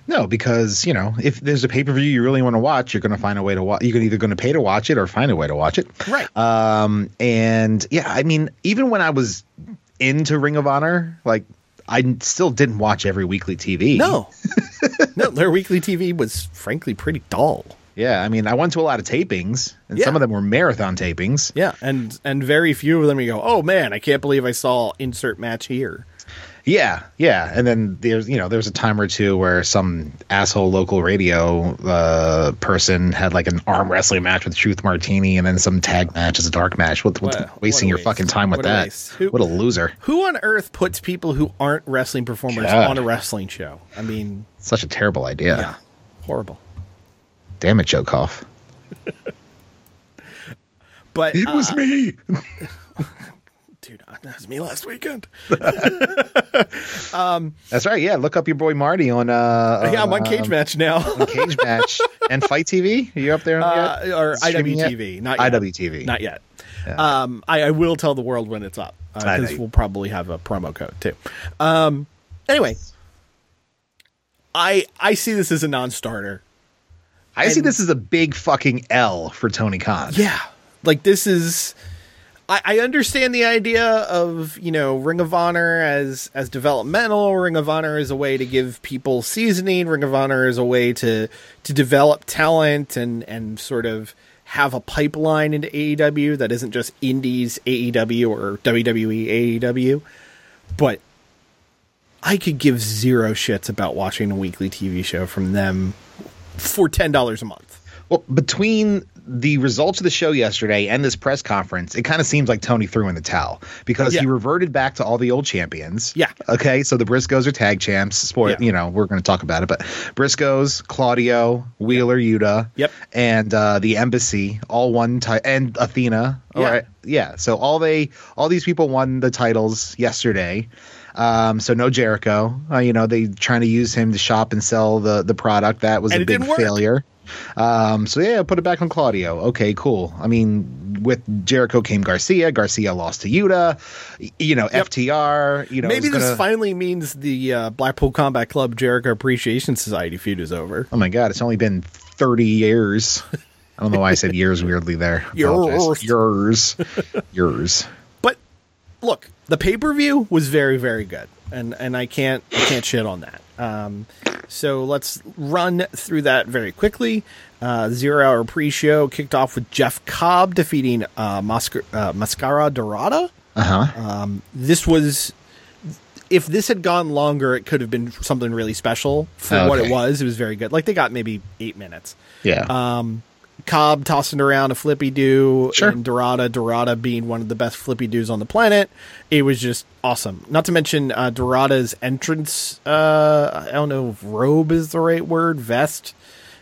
Speaker 5: No, because you know, if there's a pay per view you really want to watch, you're going to find a way to watch. You're either going to pay to watch it or find a way to watch it.
Speaker 4: Right.
Speaker 5: Um. And yeah, I mean, even when I was into Ring of Honor, like I still didn't watch every weekly TV.
Speaker 4: No. no, their weekly TV was frankly pretty dull.
Speaker 5: Yeah, I mean, I went to a lot of tapings, and
Speaker 4: Yeah.
Speaker 5: some of them were marathon tapings.
Speaker 4: Yeah, and and very few of them you go, "Oh man, I can't believe I saw insert match here."
Speaker 5: Yeah, yeah. And then there's you know there's a time or two where some asshole local radio uh, person had like an arm wrestling match with Truth Martini, and then some tag match as a dark match. What, what's
Speaker 4: What a-
Speaker 5: wasting
Speaker 4: what a
Speaker 5: your
Speaker 4: waste.
Speaker 5: fucking time with
Speaker 4: What a
Speaker 5: that?
Speaker 4: waste. Who-
Speaker 5: what a loser!
Speaker 4: Who on earth puts people who aren't wrestling performers
Speaker 5: God.
Speaker 4: on a wrestling show? I mean,
Speaker 5: Such a terrible idea.
Speaker 4: yeah, horrible.
Speaker 5: Damn it, Jokoff.
Speaker 4: But
Speaker 5: It
Speaker 4: uh,
Speaker 5: was me.
Speaker 4: dude, that was me last weekend.
Speaker 5: That's right. Yeah, look up your boy Marty on uh,
Speaker 4: yeah,
Speaker 5: on,
Speaker 4: I'm on
Speaker 5: uh,
Speaker 4: cage match now.
Speaker 5: Cage match and Fight TV. Are you up there?
Speaker 4: Uh,
Speaker 5: yet?
Speaker 4: or
Speaker 5: Streaming yet?
Speaker 4: IWTV, not yet.
Speaker 5: IWTV.
Speaker 4: Not yet. Um, I, I will tell the world when it's up
Speaker 5: I know
Speaker 4: because
Speaker 5: you-
Speaker 4: we'll probably have a promo code too. Um, anyway, I I see this as a non-starter.
Speaker 5: I see this as a big fucking L for Tony Khan.
Speaker 4: Yeah, like this is. I, I understand the idea of you know Ring of Honor as as developmental. Ring of Honor is a way to give people seasoning. Ring of Honor is a way to to develop talent and and sort of have a pipeline into AEW that isn't just Indies AEW or E, WWE AEW. But I could give zero shits about watching a weekly TV show from them for ten dollars a month.
Speaker 5: Well, between the results of the show yesterday and this press conference, it kind of seems like Tony threw in the towel because
Speaker 4: Yeah.
Speaker 5: he reverted back to all the old champions.
Speaker 4: Yeah.
Speaker 5: Okay. So the Briscoes are tag champs. Spoil,
Speaker 4: Yeah.
Speaker 5: you know, we're going to talk about it, but Briscoes, Claudio, Wheeler, Yuta.
Speaker 4: Yep.
Speaker 5: And uh, the Embassy, all one ti- and Athena. All
Speaker 4: Yeah.
Speaker 5: right. Yeah. So all they, all these people won the titles yesterday. Um, so no Jericho. Uh, you know, they trying to use him to shop and sell the the product. That was
Speaker 4: And
Speaker 5: a
Speaker 4: it
Speaker 5: big
Speaker 4: didn't work.
Speaker 5: failure. Um, so yeah, put it back on Claudio. Okay, cool. I mean, with Jericho came Garcia. Garcia lost to Yuta. Y- You know, FTR. You know,
Speaker 4: Maybe
Speaker 5: is
Speaker 4: this
Speaker 5: gonna-
Speaker 4: finally means the uh, Blackpool Combat Club Jericho Appreciation Society feud is over.
Speaker 5: Oh my God, it's only been thirty years. I don't know why I said years weirdly there. I apologize. Yours, yours.
Speaker 4: But look, the pay per view was very, very good, and and I can't I can't shit on that. Um, so let's run through that very quickly. Uh, zero hour pre show kicked off with Jeff Cobb defeating uh, Masca- uh, Mascara Dorada.
Speaker 5: Uh huh.
Speaker 4: Um, this was. If this had gone longer, it could have been something really special for what it
Speaker 5: Okay.
Speaker 4: was. It was very good. Like they got maybe eight minutes.
Speaker 5: Yeah.
Speaker 4: um, Cobb tossing around a flippy do
Speaker 5: Sure.
Speaker 4: and Dorada, Dorada being one of the best flippy doos on the planet. It was just awesome. Not to mention uh, Dorada's entrance. Uh, I don't know if robe is the right word. Vest.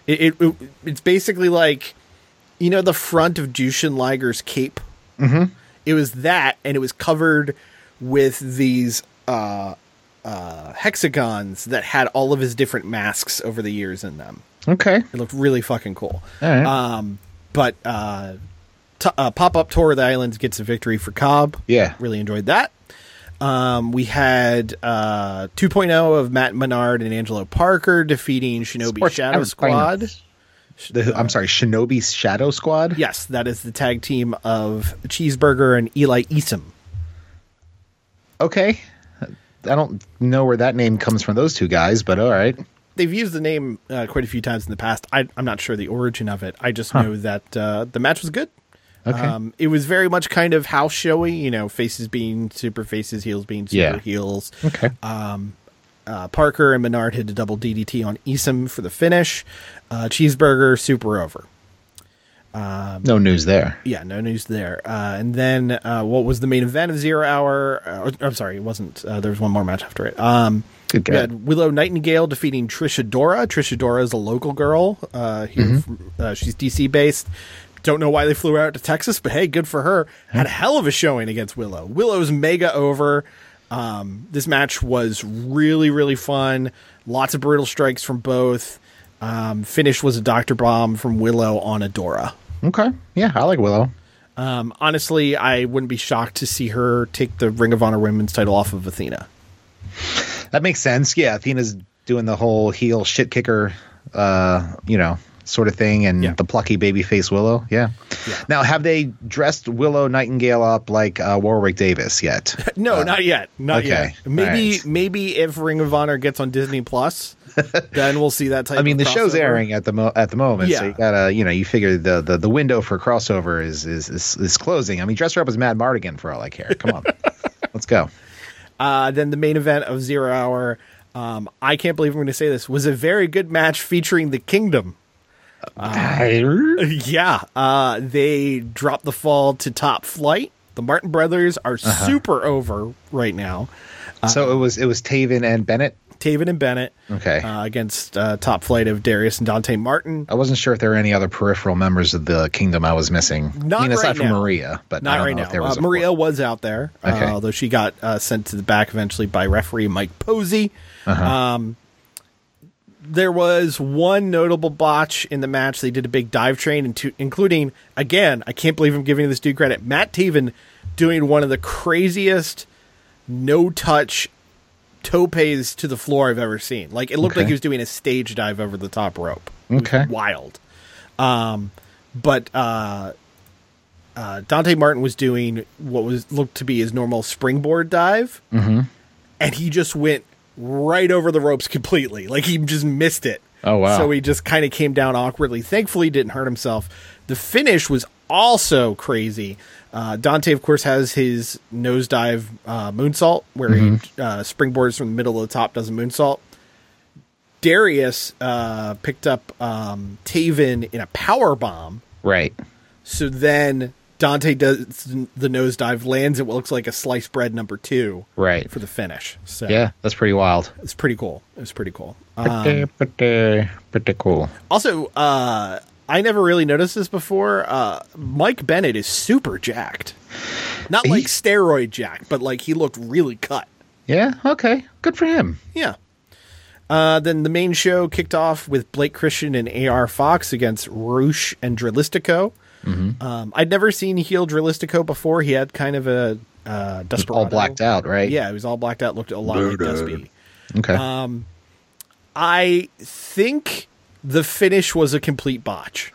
Speaker 4: It, it, it- it's basically like you know the front of Jushin Liger's cape. Mm-hmm. It was that, and it was covered with these. Uh, uh, hexagons that had all of his different masks over the years in them.
Speaker 5: okay.
Speaker 4: It looked really fucking cool.
Speaker 5: All right.
Speaker 4: Um, but uh, t- uh, pop up tour of the islands gets a victory for Cobb.
Speaker 5: Yeah.
Speaker 4: really enjoyed that. Um, we had uh, 2.0 of Matt Menard and Angelo Parker defeating Shinobi
Speaker 5: Sports
Speaker 4: Shadow
Speaker 5: and
Speaker 4: Squad.
Speaker 5: finance. The, I'm sorry, Shinobi Shadow Squad.
Speaker 4: Yes, that is the tag team of Cheeseburger and Eli Isom.
Speaker 5: Okay. I don't know where that name comes from. Those two guys, but all right.
Speaker 4: They've used the name uh, quite a few times in the past. I, I'm not sure the origin of it. I just know that uh, the match was good.
Speaker 5: Okay.
Speaker 4: Um, it was very much kind of house showy, you know, faces being super faces, heels being super
Speaker 5: Yeah.
Speaker 4: heels.
Speaker 5: okay.
Speaker 4: Um, Uh, Parker and Menard hit a double DDT on Isom for the finish. Uh, Cheeseburger super over.
Speaker 5: no news there.
Speaker 4: Yeah, no news there. Uh, and then uh, what was the main event of Zero Hour? Uh, I'm sorry, it wasn't. Uh, there was one more match after it. Um,
Speaker 5: Good
Speaker 4: we
Speaker 5: God.
Speaker 4: had Willow Nightingale defeating Trisha Dora. Trisha Dora is a local girl. Uh, here from, uh, she's DC based. Don't know why they flew her out to Texas, but hey, good for her. Had a hell of a showing against Willow. Willow's mega over. Um, this match was really, really fun. Lots of brutal strikes from both. Um, finish was a Doctor Bomb from Willow on Adora.
Speaker 5: Okay. Yeah, I like Willow.
Speaker 4: Um, honestly, I wouldn't be shocked to see her take the Ring of Honor Women's title off of Athena.
Speaker 5: That makes sense. Yeah, Athena's doing the whole heel shit kicker, uh, you know, sort of thing, and
Speaker 4: Yeah.
Speaker 5: the plucky babyface Willow. Yeah. Now, have they dressed Willow Nightingale up like uh, Warwick Davis yet?
Speaker 4: No, not yet. Not
Speaker 5: Uh, okay.
Speaker 4: yet. Maybe
Speaker 5: Alright.
Speaker 4: maybe if Ring of Honor gets on Disney Plus, then we'll see that type.
Speaker 5: I mean, the
Speaker 4: of
Speaker 5: show's
Speaker 4: crossover.
Speaker 5: airing at the mo- at the moment, so
Speaker 4: Yeah.
Speaker 5: you gotta, you know, you figure the, the the window for crossover is is is, is closing. I mean, dress her up as Mad Mardigan for all I care. Come on, let's go.
Speaker 4: Uh, then the main event of Zero Hour. Um, I can't believe I'm going to say this was a very good match featuring the Kingdom. Yeah, uh, they dropped the fall to Top Flight. The Martin brothers are
Speaker 5: Uh-huh.
Speaker 4: super over right now.
Speaker 5: so it was it was Taven and Bennett.
Speaker 4: Taven and Bennett.
Speaker 5: Okay.
Speaker 4: Uh, against uh, Top Flight of Darius and Dante Martin.
Speaker 5: I wasn't sure if there were any other peripheral members of the kingdom I was missing.
Speaker 4: Not
Speaker 5: I mean, aside
Speaker 4: right
Speaker 5: from
Speaker 4: now.
Speaker 5: Maria, but I
Speaker 4: Not
Speaker 5: don't
Speaker 4: right
Speaker 5: know
Speaker 4: now.
Speaker 5: If there was
Speaker 4: uh,
Speaker 5: a
Speaker 4: Maria was out there,
Speaker 5: Okay.
Speaker 4: uh, although she got uh, sent to the back eventually by referee Mike Posey.
Speaker 5: Uh-huh.
Speaker 4: Um, there was one notable botch in the match. They did a big dive train, into, including, again, I can't believe I'm giving this dude credit, Matt Taven doing one of the craziest no touch topes to the floor I've ever seen. Like, it looked
Speaker 5: Okay.
Speaker 4: like he was doing a stage dive over the top rope
Speaker 5: Okay.
Speaker 4: wild. Um, but uh, uh, Dante Martin was doing what was looked to be his normal springboard dive,
Speaker 5: Mm-hmm.
Speaker 4: and he just went right over the ropes completely. Like he just missed it.
Speaker 5: Oh, wow.
Speaker 4: So he just kind of came down awkwardly. Thankfully, he didn't hurt himself. The finish was also crazy. Uh, Dante, of course, has his nosedive uh, moonsault, where
Speaker 5: Mm-hmm.
Speaker 4: he uh, springboards from the middle of the top, does a moonsault. Darius uh, picked up um, Taven in a power bomb.
Speaker 5: Right.
Speaker 4: So then Dante does the nosedive, lands at what looks like a sliced bread number two,
Speaker 5: Right.
Speaker 4: for the finish. So
Speaker 5: Yeah, that's pretty wild.
Speaker 4: it's pretty cool. It was pretty cool. Uh,
Speaker 5: Pretty, pretty, pretty cool.
Speaker 4: also, uh, I never really noticed this before. Uh, Mike Bennett is super jacked, not like steroid jacked, but like he looked really cut.
Speaker 5: Yeah. Okay. Good for him.
Speaker 4: Yeah. Uh, then the main show kicked off with Blake Christian and AR Fox against Roosh and Drillistico.
Speaker 5: Mm-hmm.
Speaker 4: Um, I'd never seen heel Drillistico before. He had kind of a uh, desperado.
Speaker 5: All blacked out, right?
Speaker 4: Yeah, Um, he was all blacked out. Looked a lot like Dusby.
Speaker 5: Okay.
Speaker 4: I think the finish was a complete botch.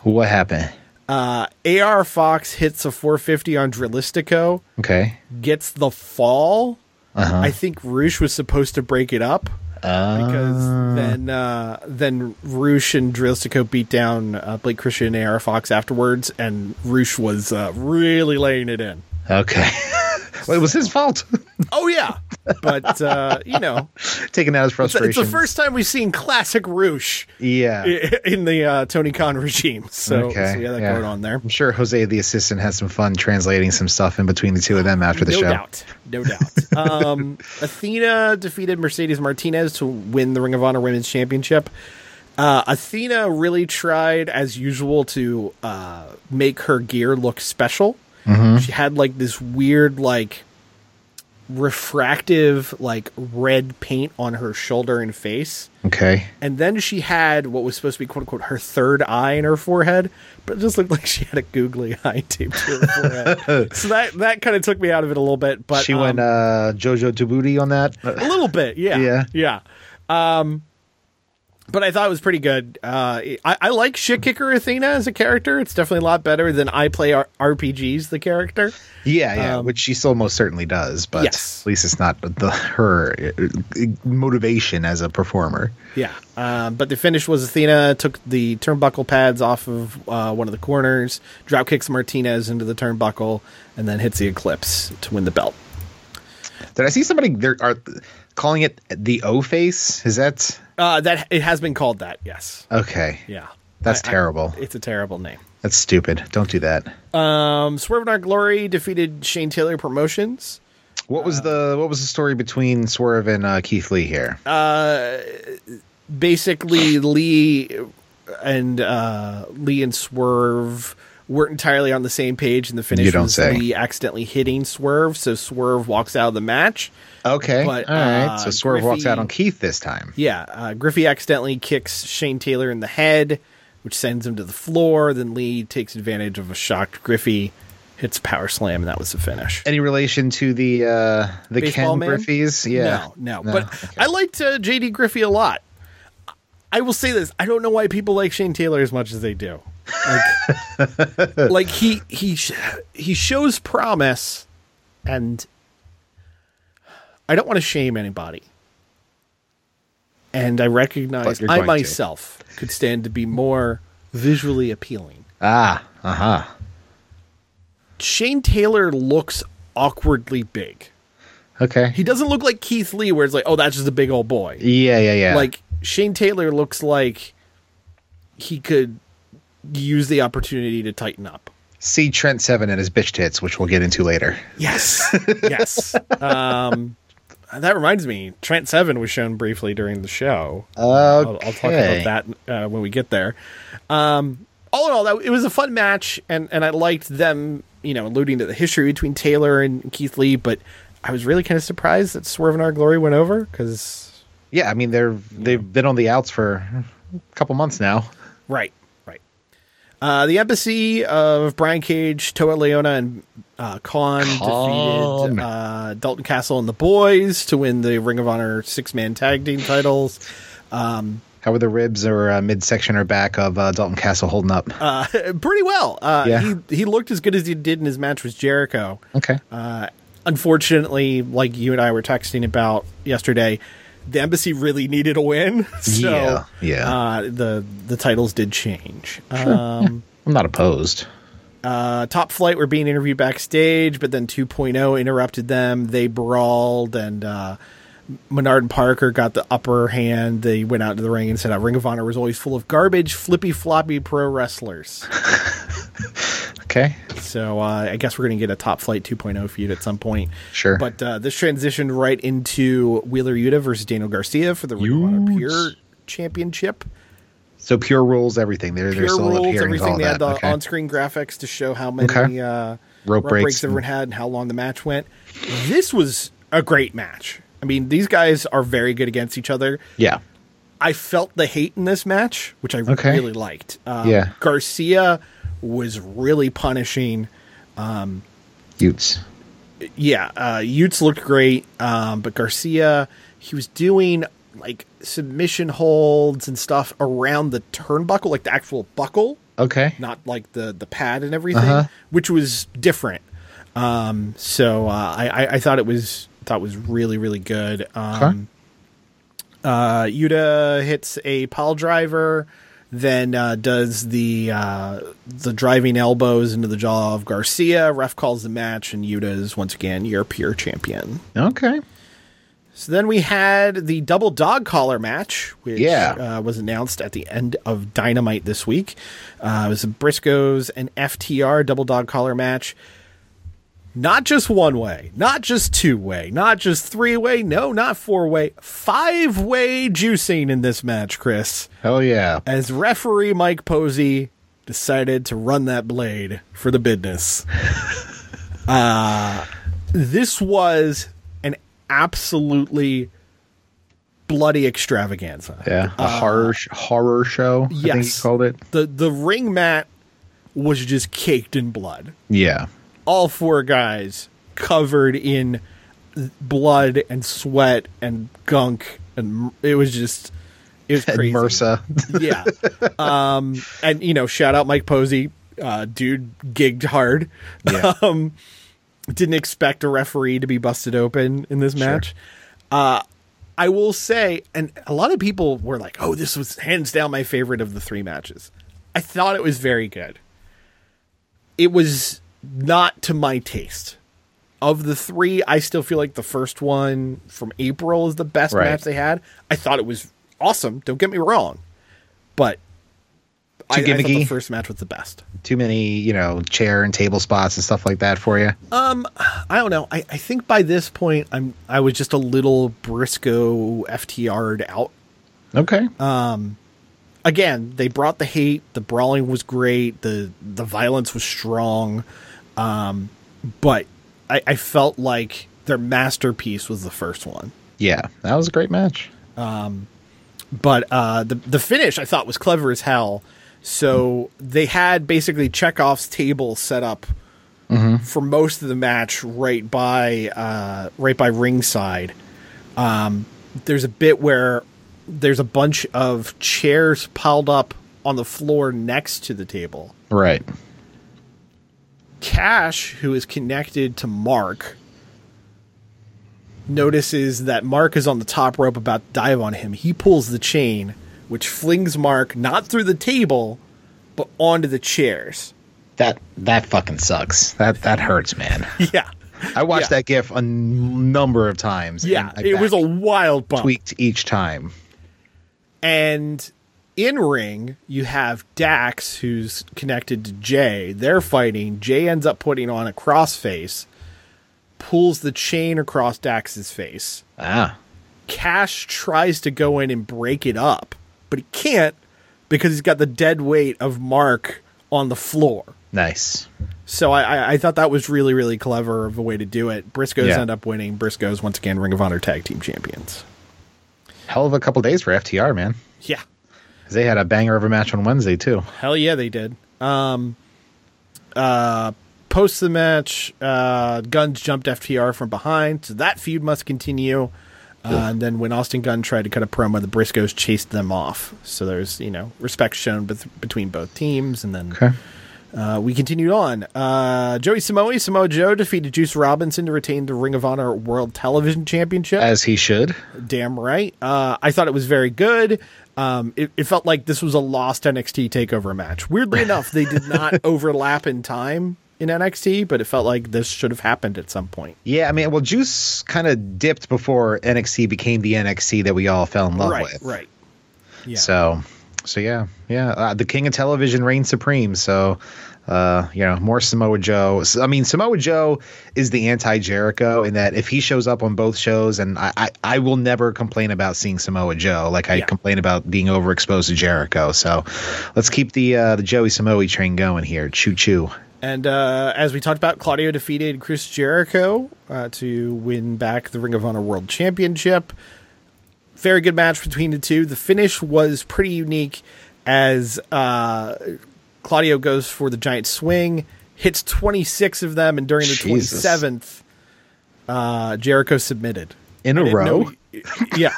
Speaker 5: what happened?
Speaker 4: Uh, AR Fox hits a 450 on Drillistico,
Speaker 5: Okay.
Speaker 4: gets the fall.
Speaker 5: Uh-huh.
Speaker 4: I think Roosh was supposed to break it up. because
Speaker 5: Ah.
Speaker 4: then uh, then Roosh and Drilstico beat down uh, Blake Christian and AR Fox afterwards, and Roosh was uh, really laying it in.
Speaker 5: Okay. well, it was his fault.
Speaker 4: Oh yeah, but uh, you know,
Speaker 5: Taking out his
Speaker 4: it's, it's
Speaker 5: frustration.
Speaker 4: the first time we've seen classic Roosh
Speaker 5: Yeah.
Speaker 4: i- in the uh, Tony Khan regime. So,
Speaker 5: Okay,
Speaker 4: so yeah, that
Speaker 5: yeah.
Speaker 4: going on there.
Speaker 5: I'm sure Jose the assistant had some fun translating some stuff in between the two of them after the
Speaker 4: no
Speaker 5: show.
Speaker 4: doubt, no doubt. Um, Athena defeated Mercedes Martinez to win the Ring of Honor Women's Championship. Uh, Athena really tried, as usual, to uh,
Speaker 5: Mm-hmm.
Speaker 4: make her gear look special. She had like this weird, like refractive like red paint on her shoulder and face.
Speaker 5: Okay.
Speaker 4: And then she had what was supposed to be quote unquote her third eye in her forehead, but it just looked like she had a googly eye taped to her forehead. so that that kind of took me out of it a little bit. But
Speaker 5: she
Speaker 4: um,
Speaker 5: went uh, Jojo Djibouti on that.
Speaker 4: a little bit, yeah,
Speaker 5: Yeah.
Speaker 4: yeah. Um, but I thought it was pretty good. Uh, I, I like shit kicker Athena as a character. It's definitely a lot better than I play R- RPGs. The character,
Speaker 5: Yeah, yeah,
Speaker 4: Um,
Speaker 5: which she still most certainly does, but
Speaker 4: Yes.
Speaker 5: at least it's not the her uh, motivation as a performer.
Speaker 4: yeah. Um, but the finish was Athena took the turnbuckle pads off of uh, one of the corners, drop kicks Martinez into the turnbuckle, and then hits the Eclipse to win the belt.
Speaker 5: Did I see somebody there are calling it the O face? Is that
Speaker 4: Uh, that it has been called that. Yes.
Speaker 5: okay?
Speaker 4: Yeah.
Speaker 5: That's
Speaker 4: I- I-
Speaker 5: terrible.
Speaker 4: it's a terrible name.
Speaker 5: That's stupid. Don't do that.
Speaker 4: Um, Swerve in Our Glory defeated Shane Taylor Promotions.
Speaker 5: What
Speaker 4: Uh,
Speaker 5: was the what was the story between Swerve and uh, Keith Lee here?
Speaker 4: basically Lee and uh, Lee and Swerve weren't entirely on the same page, and the finish
Speaker 5: You don't
Speaker 4: was
Speaker 5: say.
Speaker 4: Lee accidentally hitting Swerve, so Swerve walks out of the match.
Speaker 5: okay,
Speaker 4: but,
Speaker 5: all right.
Speaker 4: uh,
Speaker 5: so Swerve walks
Speaker 4: Griffey-
Speaker 5: out on Keith this time.
Speaker 4: Yeah, uh, Griffey accidentally kicks Shane Taylor in the head, which sends him to the floor. Then Lee takes advantage of a shocked Griffey, hits a power slam, and that was the finish.
Speaker 5: Any relation to the uh, the
Speaker 4: Baseball
Speaker 5: Ken
Speaker 4: Man?
Speaker 5: Griffies? Yeah,
Speaker 4: No, no. But
Speaker 5: okay.
Speaker 4: I liked uh, JD Griffey a lot. I will say this: I don't know why people like Shane Taylor as much as they do. Like, like he he sh- he shows promise, and I don't want to shame anybody. And I
Speaker 5: But
Speaker 4: recognize
Speaker 5: you're
Speaker 4: I
Speaker 5: going to.
Speaker 4: myself could stand to be more visually appealing.
Speaker 5: ah, uh huh.
Speaker 4: Shane Taylor looks awkwardly big.
Speaker 5: Okay.
Speaker 4: He doesn't look like Keith Lee, where it's like, oh, that's just a big old boy.
Speaker 5: yeah, yeah, yeah.
Speaker 4: like Shane Taylor looks like he could use the opportunity to tighten up.
Speaker 5: see Trent Seven and his bitch tits, which we'll get into later.
Speaker 4: Yes, yes. Um, that reminds me, Trent Seven was shown briefly during the show. I'll, I'll talk
Speaker 5: Okay.
Speaker 4: about that uh, when we get there. Um, all in all, that, it was a fun match, and and I liked them. You know, alluding to the history between Taylor and Keith Lee, but I was really kind of surprised that Swerve and Our Glory went over because
Speaker 5: Yeah, I mean they're they've been on the outs for a couple months now.
Speaker 4: Right, right. Uh, the embassy of Brian Cage, Toa Leona, and uh, Khan
Speaker 5: Khan.
Speaker 4: defeated uh, Dalton Castle and the boys to win the Ring of Honor six man tag team titles. Um,
Speaker 5: How are the ribs or uh, midsection or back of uh, Dalton Castle holding up?
Speaker 4: Uh, Pretty well. Uh,
Speaker 5: Yeah.
Speaker 4: he, he looked as good as he did in his match with Jericho.
Speaker 5: okay.
Speaker 4: uh, Unfortunately, like you and I were texting about yesterday, the embassy really needed a win. So,
Speaker 5: Yeah, yeah.
Speaker 4: Uh, the, the titles did change. Um,
Speaker 5: I'm not opposed.
Speaker 4: Uh, Top Flight were being interviewed backstage, but then 2.0 interrupted them. They brawled, and uh, Menard and Parker got the upper hand. They went out to the ring and said, "Our Ring of Honor was always full of garbage, flippy floppy pro wrestlers."
Speaker 5: Okay.
Speaker 4: so uh, I guess we're going to get a Top Flight 2.0 feud at some point.
Speaker 5: Sure.
Speaker 4: But uh, this transitioned right into Wheeler Yuta versus Daniel Garcia for the Ring of Honor Pure Championship.
Speaker 5: So pure rules everything. They're they're
Speaker 4: Pure
Speaker 5: still
Speaker 4: rules,
Speaker 5: appearing to
Speaker 4: everything.
Speaker 5: all
Speaker 4: They had
Speaker 5: that.
Speaker 4: the
Speaker 5: okay.
Speaker 4: on-screen graphics to show how many
Speaker 5: Okay.
Speaker 4: uh,
Speaker 5: Rope
Speaker 4: breaks.
Speaker 5: breaks.
Speaker 4: everyone had and how long the match went. This was a great match. I mean, these guys are very good against each other.
Speaker 5: yeah.
Speaker 4: I felt the hate in this match, which I
Speaker 5: Okay.
Speaker 4: really liked. Um,
Speaker 5: Yeah.
Speaker 4: Garcia was really punishing.
Speaker 5: Utes.
Speaker 4: Yeah, uh, Utes looked great, um, but Garcia, he was doing like submission holds and stuff around the turnbuckle, like the actual buckle.
Speaker 5: Okay.
Speaker 4: not like the the pad and everything, which was different. Um, so uh, I, I I thought it was thought was really really good. Um, uh, Yuta hits a pile driver, then uh, does the uh, the driving elbows into the jaw of Garcia. Ref calls the match, and Yuta is once again your pure champion.
Speaker 5: Okay.
Speaker 4: So then we had the double dog collar match, which
Speaker 5: Yeah.
Speaker 4: uh, was announced at the end of Dynamite this week. Uh, it was the Briscoes and FTR double dog collar match. Not just one way, not just two way, not just three way, no, not four way, five way juicing in this match, Chris.
Speaker 5: Oh yeah.
Speaker 4: As referee Mike Posey decided to run that blade for the business. uh, this was an absolutely bloody extravaganza.
Speaker 5: Yeah, a horror sh- horror show. I think he
Speaker 4: Uh, yes.
Speaker 5: called it.
Speaker 4: The the ring mat was just caked in blood.
Speaker 5: Yeah,
Speaker 4: All four guys covered in blood and sweat and gunk and m- it was just it was
Speaker 5: and
Speaker 4: crazy.
Speaker 5: MRSA.
Speaker 4: yeah. Um, and you know, shout out Mike Posey, uh, dude gigged hard.
Speaker 5: Yeah.
Speaker 4: um, didn't expect a referee to be busted open in this match. Uh, I will say, and a lot of people were like, "Oh, this was hands down my favorite of the three matches." I thought it was very good. It was not to my taste. Of the three, I still feel like the first one from April is the best
Speaker 5: Right.
Speaker 4: match they had. I thought it was awesome. Don't get me wrong, but I, I thought the
Speaker 5: gimmicky.
Speaker 4: first match was the best.
Speaker 5: Too many, you know, chair and table spots and stuff like that for you.
Speaker 4: Uh, I don't know. I, I think by this point, I'm I was just a little Briscoe FTR'd out.
Speaker 5: Okay.
Speaker 4: Again, they brought the hate. The brawling was great. the The violence was strong, um, but I, I felt like their masterpiece was the first one.
Speaker 5: yeah, that was a great match.
Speaker 4: but uh, the the finish I thought was clever as hell. So they had basically Chekhov's table set up for most of the match, right by uh, right by ringside. Um, there's a bit where there's a bunch of chairs piled up on the floor next to the table.
Speaker 5: Right.
Speaker 4: Cash, who is connected to Mark, notices that Mark is on the top rope about to dive on him. He pulls the chain, which flings Mark not through the table, but onto the chairs.
Speaker 5: That that fucking sucks. That that hurts, man.
Speaker 4: Yeah.
Speaker 5: I watched
Speaker 4: Yeah.
Speaker 5: that gif a n- number of times.
Speaker 4: Yeah.
Speaker 5: and my
Speaker 4: It was a
Speaker 5: back
Speaker 4: wild bump.
Speaker 5: tweaked each time.
Speaker 4: And in ring, you have Dax, who's connected to Jay. They're fighting. Jay ends up putting on a crossface, pulls the chain across Dax's face.
Speaker 5: Ah,
Speaker 4: Cash tries to go in and break it up, but he can't because he's got the dead weight of Mark on the floor.
Speaker 5: nice.
Speaker 4: So I, I, I thought that was really, really clever of a way to do it. Briscoes
Speaker 5: Yeah.
Speaker 4: end up winning. Briscoes once again Ring of Honor Tag Team Champions.
Speaker 5: Hell of a couple days for FTR, man.
Speaker 4: Yeah,
Speaker 5: 'Cause They had a banger of a match on Wednesday too.
Speaker 4: hell yeah, they did. Um, uh, post the match, uh, Guns jumped FTR from behind, so that feud must continue. Uh, and then when Austin Gunn tried to cut a promo, the Briscoes chased them off. So there's you know respect shown beth- between both teams, and then
Speaker 5: Okay.
Speaker 4: uh, we continued on. Uh, Joey Samoa Samoa Joe defeated Juice Robinson to retain the Ring of Honor World Television Championship.
Speaker 5: As he should.
Speaker 4: Damn right. Uh, I thought it was very good. Um, it, it felt like this was a lost NXT takeover match. Weirdly enough, they did not overlap in time in NXT, but it felt like this should have happened at some point.
Speaker 5: Yeah, I mean, well, Juice kind of dipped before NXT became the NXT that we all fell in love
Speaker 4: right,
Speaker 5: Oh, with.
Speaker 4: right. Yeah.
Speaker 5: So, so yeah, yeah, uh, the king of television reigns supreme. So, uh, you know, more Samoa Joe. S- I mean, Samoa Joe is the anti-Jericho in that if he shows up on both shows, and I, I, I will never complain about seeing Samoa Joe like I
Speaker 4: Yeah.
Speaker 5: complain about being overexposed to Jericho. So, let's keep the uh, the Joey Samoa train going here. Choo choo.
Speaker 4: And uh, as we talked about, Claudio defeated Chris Jericho uh, to win back the Ring of Honor World Championship. Very good match between the two. The finish was pretty unique as uh, Claudio goes for the giant swing, hits 26 of them, and during the
Speaker 5: Jesus.
Speaker 4: 27th, uh, Jericho submitted.
Speaker 5: In a
Speaker 4: I didn't
Speaker 5: row?
Speaker 4: know- yeah.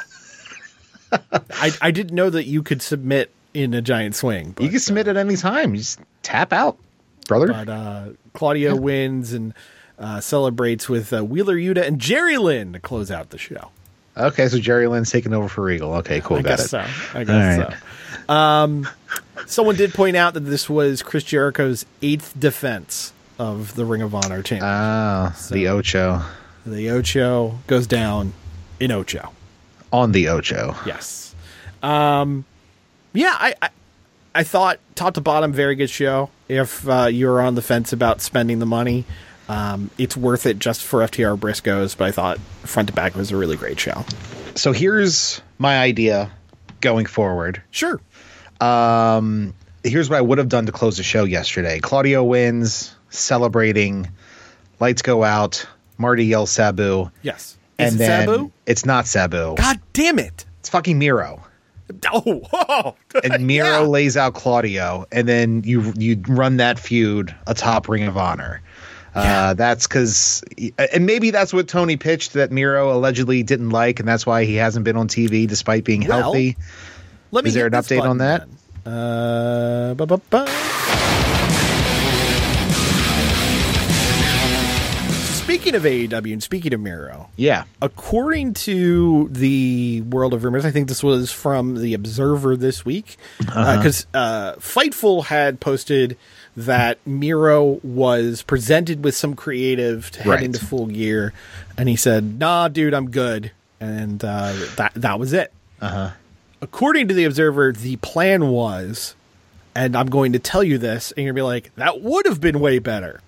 Speaker 4: I, I didn't know that you could submit in a giant swing. But,
Speaker 5: You can submit at any time. You just tap out, brother.
Speaker 4: uh, but uh, Claudio wins and uh, celebrates with uh, Wheeler Yuta and Jerry Lynn to close out the show.
Speaker 5: Okay, so Jerry Lynn's taking over for Regal. Okay, cool.
Speaker 4: I
Speaker 5: got
Speaker 4: guess
Speaker 5: it.
Speaker 4: so. I guess
Speaker 5: All right.
Speaker 4: so. Um, someone did point out that this was Chris Jericho's eighth defense of the Ring of Honor championship.
Speaker 5: Ah, the
Speaker 4: uh,
Speaker 5: Ocho.
Speaker 4: the Ocho goes down in Ocho.
Speaker 5: On the Ocho.
Speaker 4: Yes. Um, yeah, I, I I thought top to bottom very good show. If uh, you're on the fence about spending the money, um, it's worth it just for FTR Briscoes. But I thought front to back was a really great show.
Speaker 5: So here's my idea going forward.
Speaker 4: Sure.
Speaker 5: Um, here's what I would have done to close the show yesterday. Claudio wins, celebrating, lights go out, Marty yells Sabu,
Speaker 4: Yes. Is
Speaker 5: and
Speaker 4: it
Speaker 5: then
Speaker 4: Sabu?
Speaker 5: it's not Sabu.
Speaker 4: God damn it.
Speaker 5: It's fucking Miro.
Speaker 4: Oh, whoa.
Speaker 5: And Miro lays out Claudio, and then you you run that feud atop Ring of Honor. Uh, that's because, and maybe that's what Tony pitched that Miro allegedly didn't like, and that's why he hasn't been on TV despite being
Speaker 4: Well,
Speaker 5: healthy.
Speaker 4: Let me
Speaker 5: Is there
Speaker 4: hit
Speaker 5: an
Speaker 4: this
Speaker 5: update on that?
Speaker 4: button then. Uh, ba, ba, ba. Speaking of AEW and speaking of Miro,
Speaker 5: Yeah,
Speaker 4: according to the world of rumors, I think this was from the Observer this week because uh Fightful had posted that Miro was presented with some creative to head
Speaker 5: Right.
Speaker 4: into full gear, and he said, "Nah, dude, I'm good," and uh, that that was it. According to the Observer, the plan was, and I'm going to tell you this, and you're gonna be like, "That would have been way better."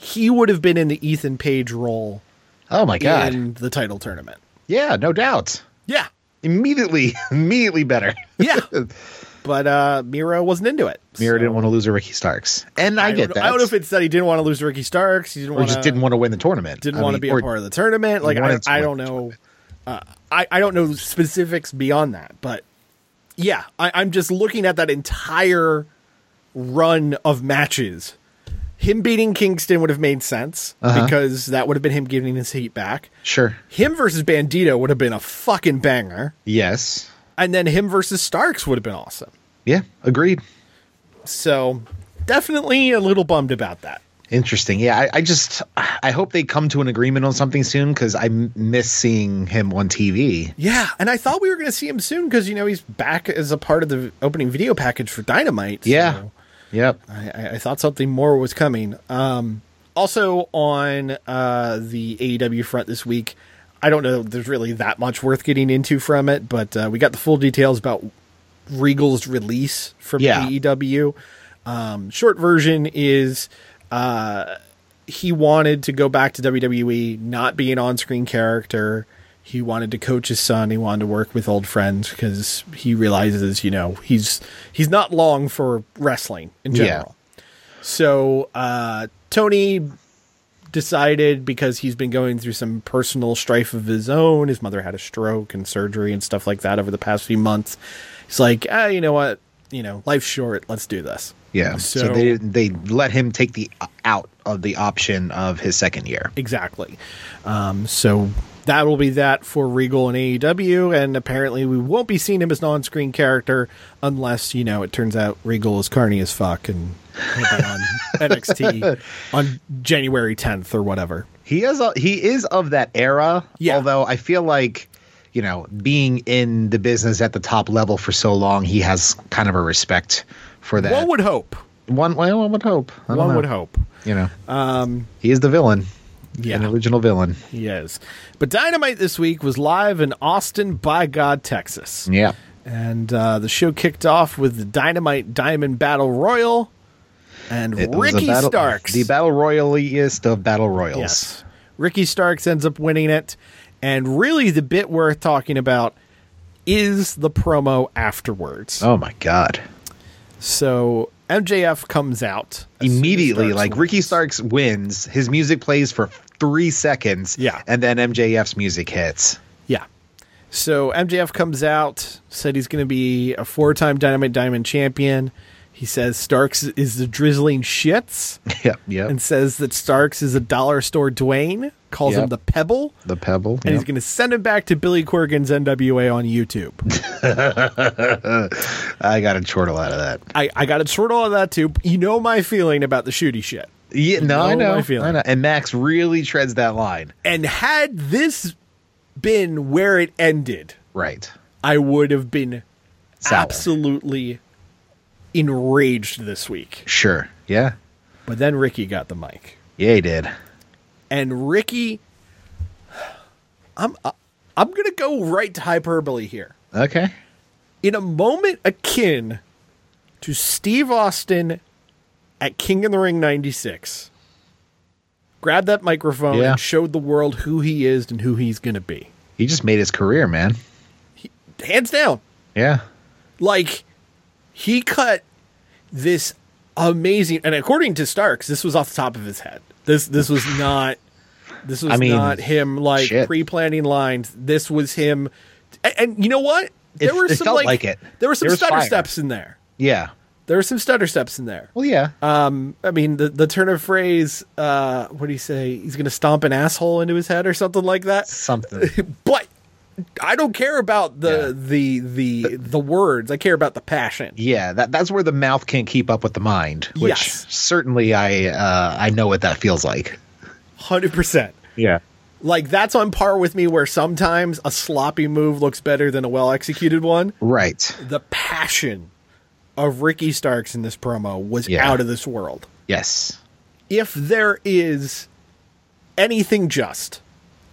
Speaker 4: He would have been in the Ethan Page role
Speaker 5: Oh my god.
Speaker 4: in the title tournament.
Speaker 5: yeah, no doubt.
Speaker 4: Yeah.
Speaker 5: Immediately, immediately better.
Speaker 4: Yeah. but uh Miro wasn't into it.
Speaker 5: Mira didn't want to lose to Ricky Starks, and I,
Speaker 4: I,
Speaker 5: get
Speaker 4: don't,
Speaker 5: that.
Speaker 4: know- I don't know if it's that he didn't want to lose to Ricky Starks, he didn't
Speaker 5: or
Speaker 4: want
Speaker 5: just didn't want to win the tournament.
Speaker 4: didn't want to be a part of the tournament. Like I,
Speaker 5: wanted to
Speaker 4: I
Speaker 5: win
Speaker 4: don't
Speaker 5: the
Speaker 4: know uh, I, I don't know specifics beyond that, but yeah, I, I'm just looking at that entire run of matches. Him beating Kingston would have made sense because that would have been him giving his heat back.
Speaker 5: Uh-huh. Sure.
Speaker 4: Him versus Bandito would have been a fucking banger.
Speaker 5: Yes.
Speaker 4: And then him versus Starks would have been awesome.
Speaker 5: Yeah. Agreed.
Speaker 4: So definitely a little bummed about that.
Speaker 5: Interesting. Yeah. I, I just I hope they come to an agreement on something soon because I m- miss seeing him on TV.
Speaker 4: Yeah, and I thought we were going to see him soon because you know he's back as a part of the opening video package for Dynamite. so
Speaker 5: Yeah. Yep.
Speaker 4: I, I- I thought something more was coming. Um, also on uh, the AEW front this week, I don't know. if There's really that much worth getting into from it, but uh, we got the full details about Regal's release from
Speaker 5: Yeah.
Speaker 4: AEW. Um, short version is uh, he wanted to go back to WWE, not be an on-screen character. He wanted to coach his son. He wanted to work with old friends because he realizes, you know, he's he's not long for wrestling in
Speaker 5: Yeah.
Speaker 4: general. So uh, Tony decided because he's been going through some personal strife of his own. His mother had a stroke and surgery and stuff like that over the past few months. He's like, ah, you know what? You know, life's short. Let's do this.
Speaker 5: Yeah.
Speaker 4: So,
Speaker 5: So, they didn't- they let him take the out of the option of his second year.
Speaker 4: exactly. Um, so that will be that for Regal and AEW. And apparently, we won't be seeing him as an on screen character unless, you know, it turns out Regal is carny as fuck and he'll be on NXT on January 10th or whatever.
Speaker 5: He is a, he is of that era.
Speaker 4: Yeah.
Speaker 5: Although I feel like, you know, being in the business at the top level for so long, he has kind of a respect for that.
Speaker 4: One would hope.
Speaker 5: one, well, one would hope. I don't
Speaker 4: One
Speaker 5: know.
Speaker 4: would hope. Uh, Um,
Speaker 5: You know, he is the villain, an
Speaker 4: Yeah,
Speaker 5: original villain.
Speaker 4: he is. But Dynamite this week was live in Austin, by God, Texas.
Speaker 5: Yeah.
Speaker 4: And uh, the show kicked off with the Dynamite Diamond Battle Royal and
Speaker 5: It was a
Speaker 4: Ricky
Speaker 5: battle-
Speaker 4: Starks.
Speaker 5: the battle royaliest of battle royals.
Speaker 4: Yes. Ricky Starks ends up winning it. And really, the bit worth talking about is the promo afterwards.
Speaker 5: Oh my god!
Speaker 4: So MJF comes out as soon as
Speaker 5: Immediately,
Speaker 4: Starks
Speaker 5: like Ricky
Speaker 4: wins.
Speaker 5: Starks wins, his music plays for three seconds.
Speaker 4: Yeah.
Speaker 5: and then MJF's music hits.
Speaker 4: Yeah. So MJF comes out, said he's going to be a four time Dynamite Diamond champion. He says Starks is the drizzling shits
Speaker 5: Yep, yep.
Speaker 4: and says that Starks is a dollar store Dwayne, calls him
Speaker 5: Yep.
Speaker 4: the pebble,
Speaker 5: the pebble.
Speaker 4: and he's
Speaker 5: yep.
Speaker 4: going to send him back to Billy Corgan's NWA on YouTube.
Speaker 5: I got a chortle out of that.
Speaker 4: I, I got to sort all of that too. You know my feeling about the shooty shit.
Speaker 5: Yeah, no, I
Speaker 4: know
Speaker 5: know.
Speaker 4: my
Speaker 5: I
Speaker 4: feeling.
Speaker 5: know. And Max really treads that line.
Speaker 4: And had this been where it ended,
Speaker 5: Right.
Speaker 4: I would have been
Speaker 5: Sour.
Speaker 4: absolutely enraged this week.
Speaker 5: Sure. Yeah.
Speaker 4: But then Ricky got the mic,
Speaker 5: Yeah, he did.
Speaker 4: and Ricky, I'm I- I'm gonna go right to hyperbole here.
Speaker 5: Okay.
Speaker 4: In a moment akin to Steve Austin at King of the Ring '96, grabbed that microphone
Speaker 5: Yeah.
Speaker 4: and showed the world who he is and who he's gonna be,
Speaker 5: He just made his career, man.
Speaker 4: hands down.
Speaker 5: Yeah.
Speaker 4: Like he cut this amazing, and according to Starks, this was off the top of his head. This this was not This was
Speaker 5: I mean,
Speaker 4: not him like
Speaker 5: shit.
Speaker 4: pre-planning lines. This was him, and, and you know what?
Speaker 5: It- it felt like it.
Speaker 4: There were some
Speaker 5: There was
Speaker 4: stutter
Speaker 5: fire.
Speaker 4: steps in there.
Speaker 5: Yeah.
Speaker 4: There were some stutter steps in there.
Speaker 5: Well, yeah.
Speaker 4: Um, I mean, the, the turn of phrase, uh, what do you say? He's going to stomp an asshole into his head or something like that.
Speaker 5: Something.
Speaker 4: But I don't care about the
Speaker 5: Yeah.
Speaker 4: the, the the words. I care about the passion.
Speaker 5: Yeah, that, that's where the mouth can't keep up with the mind, which
Speaker 4: Yes.
Speaker 5: certainly I uh, I know what that feels like.
Speaker 4: 100%.
Speaker 5: Yeah.
Speaker 4: Like that's on par with me where sometimes a sloppy move looks better than a well-executed one.
Speaker 5: Right.
Speaker 4: The passion of Ricky Starks in this promo was
Speaker 5: Yeah.
Speaker 4: out of this world.
Speaker 5: Yes.
Speaker 4: if there is anything just,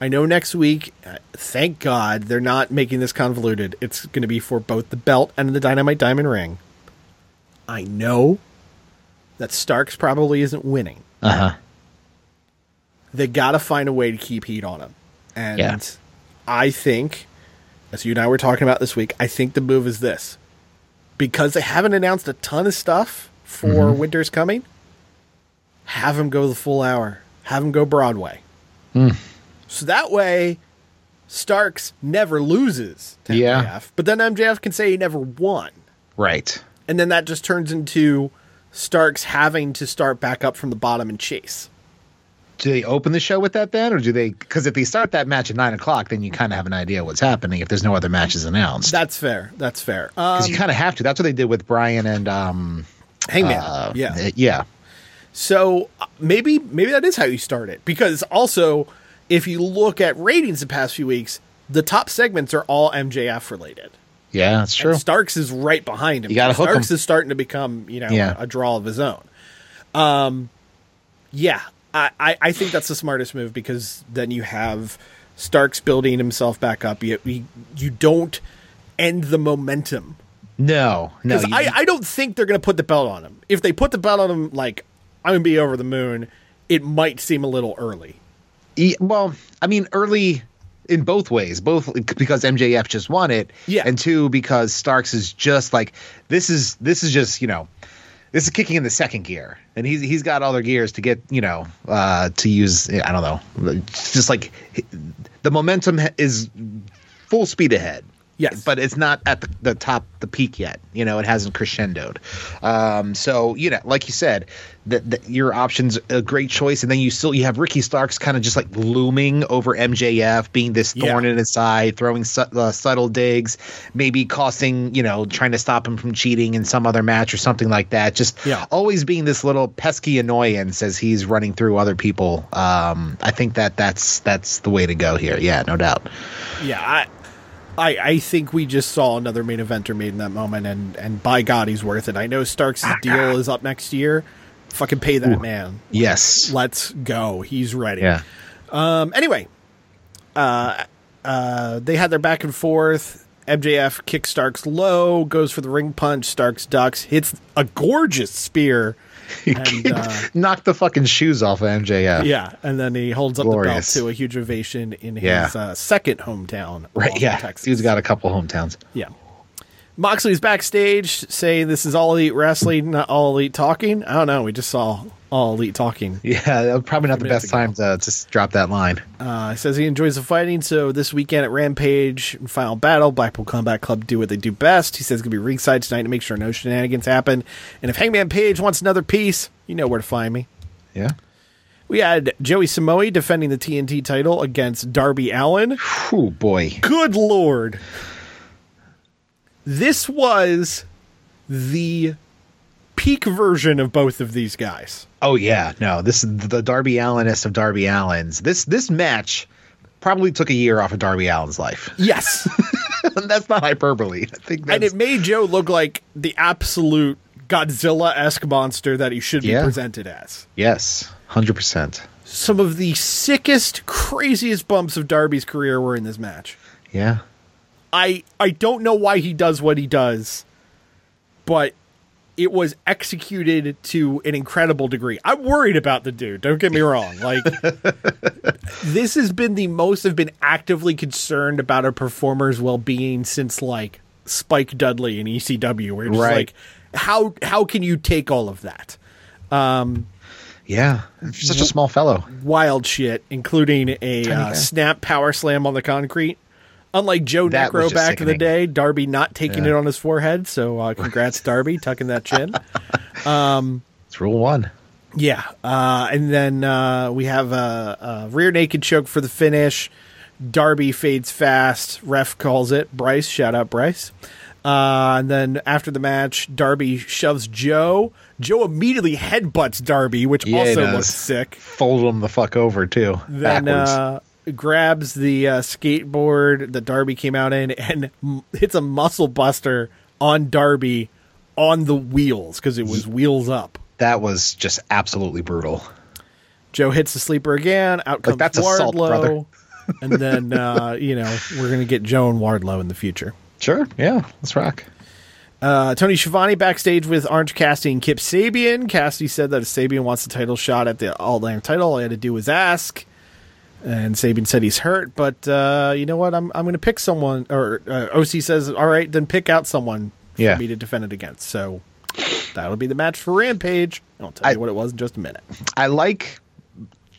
Speaker 4: I know next week, uh, thank God, they're not making this convoluted. It's going to be for both the belt and the Dynamite Diamond Ring. I know that Starks probably isn't winning. Uh huh. They got to find a way to keep heat on him. And
Speaker 5: Yeah.
Speaker 4: I think, as you and I were talking about this week, I think the move is this. Because they haven't announced a ton of stuff for
Speaker 5: Mm-hmm.
Speaker 4: Winter's Coming, have him go the full hour. Have him go Broadway.
Speaker 5: Mm.
Speaker 4: So that way, Starks never loses to
Speaker 5: Yeah.
Speaker 4: MJF. But then MJF can say he never won.
Speaker 5: Right.
Speaker 4: And then that just turns into Starks having to start back up from the bottom and chase.
Speaker 5: Do they open the show with that then, or do they? Because if they start that match at nine o'clock, then you kind of have an idea what's happening if there's no other matches announced.
Speaker 4: That's fair. That's fair. Um,
Speaker 5: 'Cause you kind of have to. That's what they did with Brian and um.
Speaker 4: Hangman.
Speaker 5: uh,
Speaker 4: yeah.
Speaker 5: uh, yeah.
Speaker 4: So uh, maybe maybe that is how you start it because also if you look at ratings the past few weeks, the top segments are all MJF related.
Speaker 5: Yeah. That's true.
Speaker 4: And Starks is right behind him.
Speaker 5: You gotta hook
Speaker 4: Starks
Speaker 5: him.
Speaker 4: is starting to become, you know,
Speaker 5: Yeah.
Speaker 4: a draw of his own. Um, yeah, I, I, I think that's the smartest move because then you have Starks building himself back up. You you, you don't end the momentum
Speaker 5: no. No.
Speaker 4: because
Speaker 5: you-
Speaker 4: I, I don't think they're going to put the belt on him. If they put the belt on him, like I'm going to be over the moon. It might seem a little early.
Speaker 5: E- well, I mean, early in both ways, both because MJF just won it,
Speaker 4: Yeah.
Speaker 5: and two because Starks is just like this is this is just you know this is kicking in the second gear, and he's he's got all their gears to get you know uh, to use I don't know, it's just like the momentum ha- is full speed ahead.
Speaker 4: Yes.
Speaker 5: but it's not at the, the top, the peak yet. You know, it hasn't crescendoed. Um, so you know, like you said, that that your options a great choice, and then you still you have Ricky Starks kind of just like looming over MJF, being this thorn
Speaker 4: Yeah.
Speaker 5: in his side, throwing su- uh, subtle digs, maybe costing you know trying to stop him from cheating in some other match or something like that. Just
Speaker 4: Yeah.
Speaker 5: always being this little pesky annoyance as he's running through other people. Um, I think that that's that's the way to go here. Yeah, no doubt.
Speaker 4: Yeah, I, I I think we just saw another main eventer made in that moment, and and by God, he's worth it. I know Starks'
Speaker 5: Ah,
Speaker 4: deal is up next year. Fucking pay that man.
Speaker 5: Yes.
Speaker 4: Let's go. He's ready.
Speaker 5: Yeah.
Speaker 4: Um, anyway, uh, uh, they had their back and forth. MJF kicks Starks low, goes for the ring punch. Starks ducks, hits a gorgeous spear. And, uh,
Speaker 5: Knocked the fucking shoes off of MJF.
Speaker 4: yeah, and then he holds up
Speaker 5: Glorious.
Speaker 4: the belt to a huge ovation in his
Speaker 5: Yeah.
Speaker 4: uh, second hometown,
Speaker 5: Right.
Speaker 4: Lawton,
Speaker 5: Yeah.
Speaker 4: Texas.
Speaker 5: Dude's got a couple hometowns.
Speaker 4: Yeah. Moxley's backstage saying this is all elite wrestling, not all elite talking. I don't know. We just saw all elite talking.
Speaker 5: Yeah. that was Probably not the
Speaker 4: minutes
Speaker 5: best time to just drop that line.
Speaker 4: Uh, he says he enjoys the fighting. So this weekend at Rampage and Final Battle, Blackpool Combat Club do what they do best. He says it's going to be ringside tonight to make sure no shenanigans happen. And if Hangman Page wants another piece, you know where to find me.
Speaker 5: Yeah.
Speaker 4: We had Joey Samoe defending the TNT title against Darby Allen.
Speaker 5: Oh boy.
Speaker 4: good lord this was the peak version of both of these guys
Speaker 5: Oh yeah. No. This is the Darby Allenist of Darby Allen's. This this match probably took a year off of Darby Allen's life.
Speaker 4: yes
Speaker 5: that's not hyperbole. I think that's
Speaker 4: and it made joe look like the absolute godzilla-esque monster that he should be
Speaker 5: Yeah.
Speaker 4: presented as
Speaker 5: yes, hundred percent.
Speaker 4: some of the sickest craziest bumps of darby's career were in this match
Speaker 5: Yeah.
Speaker 4: I I don't know why he does what he does, but it was executed to an incredible degree. I'm worried about the dude. Don't get me wrong. Like this has been the most I've been actively concerned about a performer's well being since like Spike Dudley in E ECW, where it's just
Speaker 5: Right.
Speaker 4: like how how can you take all of that?
Speaker 5: Yeah, such a small fellow.
Speaker 4: Wild shit, including a uh,
Speaker 5: guy.
Speaker 4: snap power slam on the concrete. Unlike Joe
Speaker 5: That was
Speaker 4: Necro
Speaker 5: just
Speaker 4: back in the
Speaker 5: sickening.
Speaker 4: day, Darby not taking it on his forehead. So uh, congrats, Darby, tucking that chin.
Speaker 5: It's rule one.
Speaker 4: Yeah, uh, and then uh, we have a, a rear naked choke for the finish. Darby fades fast. Ref calls it. Bryce, shout out Bryce. Uh, and then after the match, Darby shoves Joe. Joe immediately headbutts Darby, which
Speaker 5: Yeah, he
Speaker 4: also
Speaker 5: does.
Speaker 4: looks sick.
Speaker 5: Fold him the fuck over too.
Speaker 4: Then
Speaker 5: backwards.
Speaker 4: uh, grabs the uh, skateboard that Darby came out in and m- hits a muscle buster on Darby on the wheels because it was wheels up.
Speaker 5: that was just absolutely brutal.
Speaker 4: Joe hits the sleeper again. Out comes
Speaker 5: that's
Speaker 4: Wardlow,
Speaker 5: assault, brother.
Speaker 4: and then uh, you know we're gonna get Joe and Wardlow in the future.
Speaker 5: Sure. Yeah. Let's rock.
Speaker 4: Uh, Tony Schiavone backstage with Orange Cassidy and Kip Sabian. Cassidy said that if Sabian wants the title shot at the All Atlantic title, all I had to do was ask. And Sabian said he's hurt, but uh, you know what? I'm I'm gonna pick someone. Or uh, OC says, all right, then pick out someone for
Speaker 5: Yeah.
Speaker 4: me to defend it against. So that'll be the match for Rampage. I'll tell
Speaker 5: I-
Speaker 4: you what it was in just a minute.
Speaker 5: I like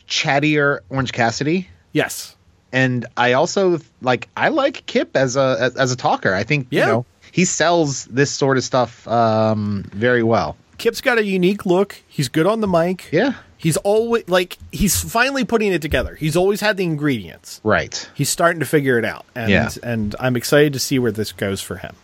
Speaker 5: chattier Orange Cassidy.
Speaker 4: Yes.
Speaker 5: and I also like I like Kip as a as, as a talker. I think
Speaker 4: Yeah.
Speaker 5: you know he sells this sort of stuff um, very well.
Speaker 4: Kip's got a unique look. He's good on the mic.
Speaker 5: Yeah.
Speaker 4: He's always like he's finally putting it together. He's always had the ingredients.
Speaker 5: Right.
Speaker 4: He's starting to figure it out. And
Speaker 5: Yeah.
Speaker 4: and I'm excited to see where this goes for him.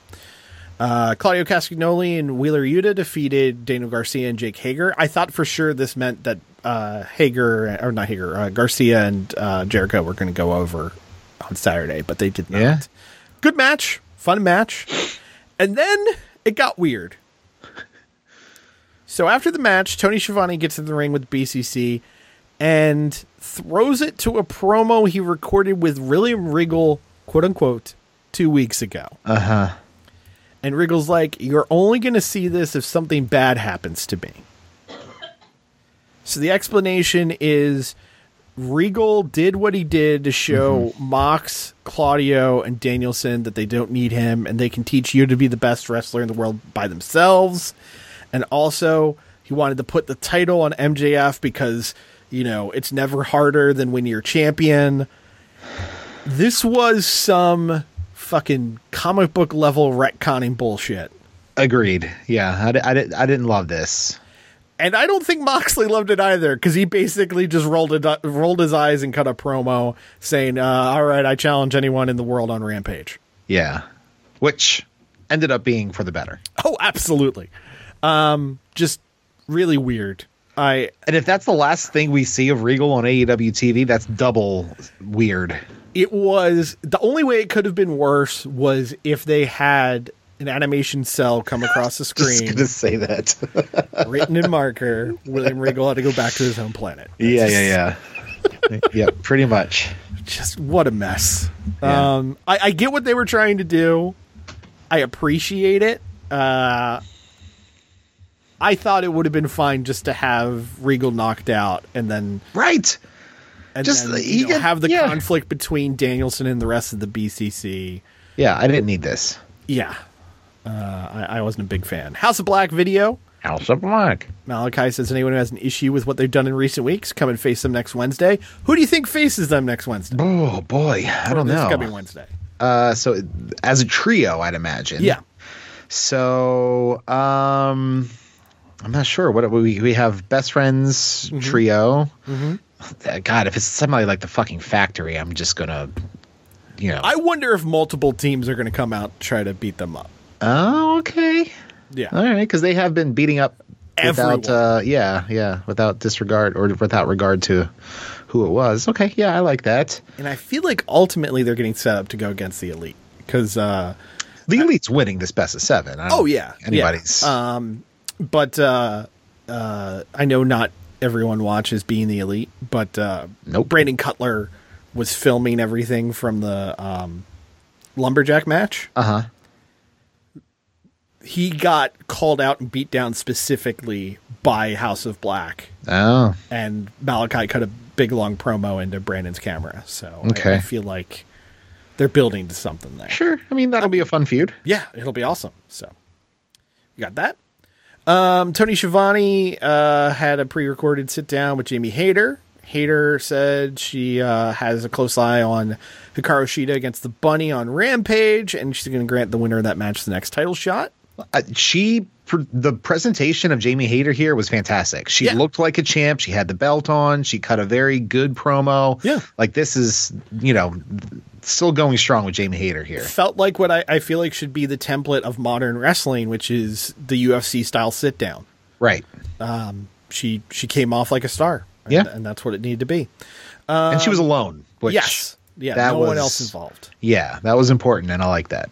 Speaker 4: Uh, Claudio Castagnoli and Wheeler Yuta defeated Daniel Garcia and Jake Hager. I thought for sure this meant that uh, Hager or not Hager, uh, Garcia and uh, Jericho were going to go over on Saturday, but they did not.
Speaker 5: Yeah.
Speaker 4: Good match, fun match, and then it got weird. So after the match, Tony Schiavone gets in the ring with BCC and throws it to a promo he recorded with William Regal, quote unquote, two weeks ago. Uh huh. And Regal's like, You're only going to see this if something bad happens to me. so the explanation is Regal did what he did to show Mox, Claudio, and Danielson that they don't need him and they can teach you to be the best wrestler in the world by themselves. And also, he wanted to put the title on MJF because, you know, it's never harder than when you're champion. This was some fucking comic book level retconning bullshit.
Speaker 5: Agreed. Yeah. I, di- I, di- I didn't love this.
Speaker 4: And I don't think Moxley loved it either because he basically just rolled it, up- rolled his eyes and cut a promo saying, uh, "All right, I challenge anyone in the world on Rampage."
Speaker 5: Yeah. Which ended up being for the better.
Speaker 4: Oh, absolutely. Um, just really weird. I
Speaker 5: And if that's the last thing we see of Regal on E AEW TV, that's double weird.
Speaker 4: it was the only way it could have been worse was if they had an animation cell come across the
Speaker 5: Just
Speaker 4: screen
Speaker 5: gonna say that.
Speaker 4: written in marker. William Regal had to go back to his home planet.
Speaker 5: yeah. Yeah. Yeah. yeah. Pretty much.
Speaker 4: just what a mess.
Speaker 5: Yeah.
Speaker 4: Um, I, I get what they were trying to do. I appreciate it. Uh, I thought it would have been fine just to have Regal knocked out and then
Speaker 5: Right.
Speaker 4: and
Speaker 5: Just,
Speaker 4: then,
Speaker 5: he
Speaker 4: you know,
Speaker 5: get-
Speaker 4: have the
Speaker 5: yeah.
Speaker 4: conflict between Danielson and the rest of the BCC.
Speaker 5: Yeah. I didn't need this.
Speaker 4: Yeah, uh, I, I wasn't a big fan. House of Black video.
Speaker 5: House of Black.
Speaker 4: Malachi says anyone who has an issue with what they've done in recent weeks, come and face them next Wednesday. Who do you think faces them next Wednesday?
Speaker 5: Oh boy, I don't
Speaker 4: This
Speaker 5: know.
Speaker 4: gotta be Wednesday.
Speaker 5: Uh, so as a trio, I'd imagine.
Speaker 4: Yeah.
Speaker 5: So um, I'm not sure what we we have. Best friends
Speaker 4: Mm-hmm.
Speaker 5: trio. Uh, God, if it's somebody like the fucking factory, I'm just gonna, you know.
Speaker 4: I wonder if multiple teams are going to come out and try to beat them up.
Speaker 5: oh, okay.
Speaker 4: Yeah.
Speaker 5: All right, because they have been beating up without.
Speaker 4: Everyone.
Speaker 5: Uh, yeah, yeah, without disregard or without regard to who it was. Okay, yeah, I like that.
Speaker 4: And I feel like ultimately they're getting set up to go against the elite because, uh,
Speaker 5: The elite's winning this best of seven. I don't
Speaker 4: Oh, yeah, Uh,
Speaker 5: think anybody's.
Speaker 4: but uh, uh, I know not everyone watches being the elite, but uh,
Speaker 5: Nope.
Speaker 4: Brandon Cutler was filming everything from the um, lumberjack match.
Speaker 5: Uh huh.
Speaker 4: He got called out and beat down specifically by House of Black,
Speaker 5: Oh.
Speaker 4: and Malachi cut a big long promo into Brandon's camera. So I-
Speaker 5: Okay.
Speaker 4: I feel like they're building to something there.
Speaker 5: Sure. I mean, that'll be a fun feud.
Speaker 4: Yeah, it'll be awesome. So, you got that? Um, Tony Schiavone uh, had a pre-recorded sit-down with Jamie Hayter. Hayter said she uh, has a close eye on Hikaru Shida against the Bunny on Rampage, and she's going to grant the winner of that match the next title shot.
Speaker 5: Uh, she pr- the presentation of Jamie Hayter here was fantastic. She
Speaker 4: Yeah.
Speaker 5: looked like a champ. She had the belt on. She cut a very good promo.
Speaker 4: Yeah.
Speaker 5: like this is you know still going strong with Jamie Hayter here.
Speaker 4: Felt like what I, I feel like should be the template of modern wrestling, which is the UFC style sit-down.
Speaker 5: Right.
Speaker 4: She she came off like a star. and-
Speaker 5: Yeah.
Speaker 4: and that's what it needed to be.
Speaker 5: and she was alone. Which,
Speaker 4: Um, yes. Yeah,
Speaker 5: that
Speaker 4: no one
Speaker 5: was-
Speaker 4: else involved.
Speaker 5: Yeah, that was important, and I like that.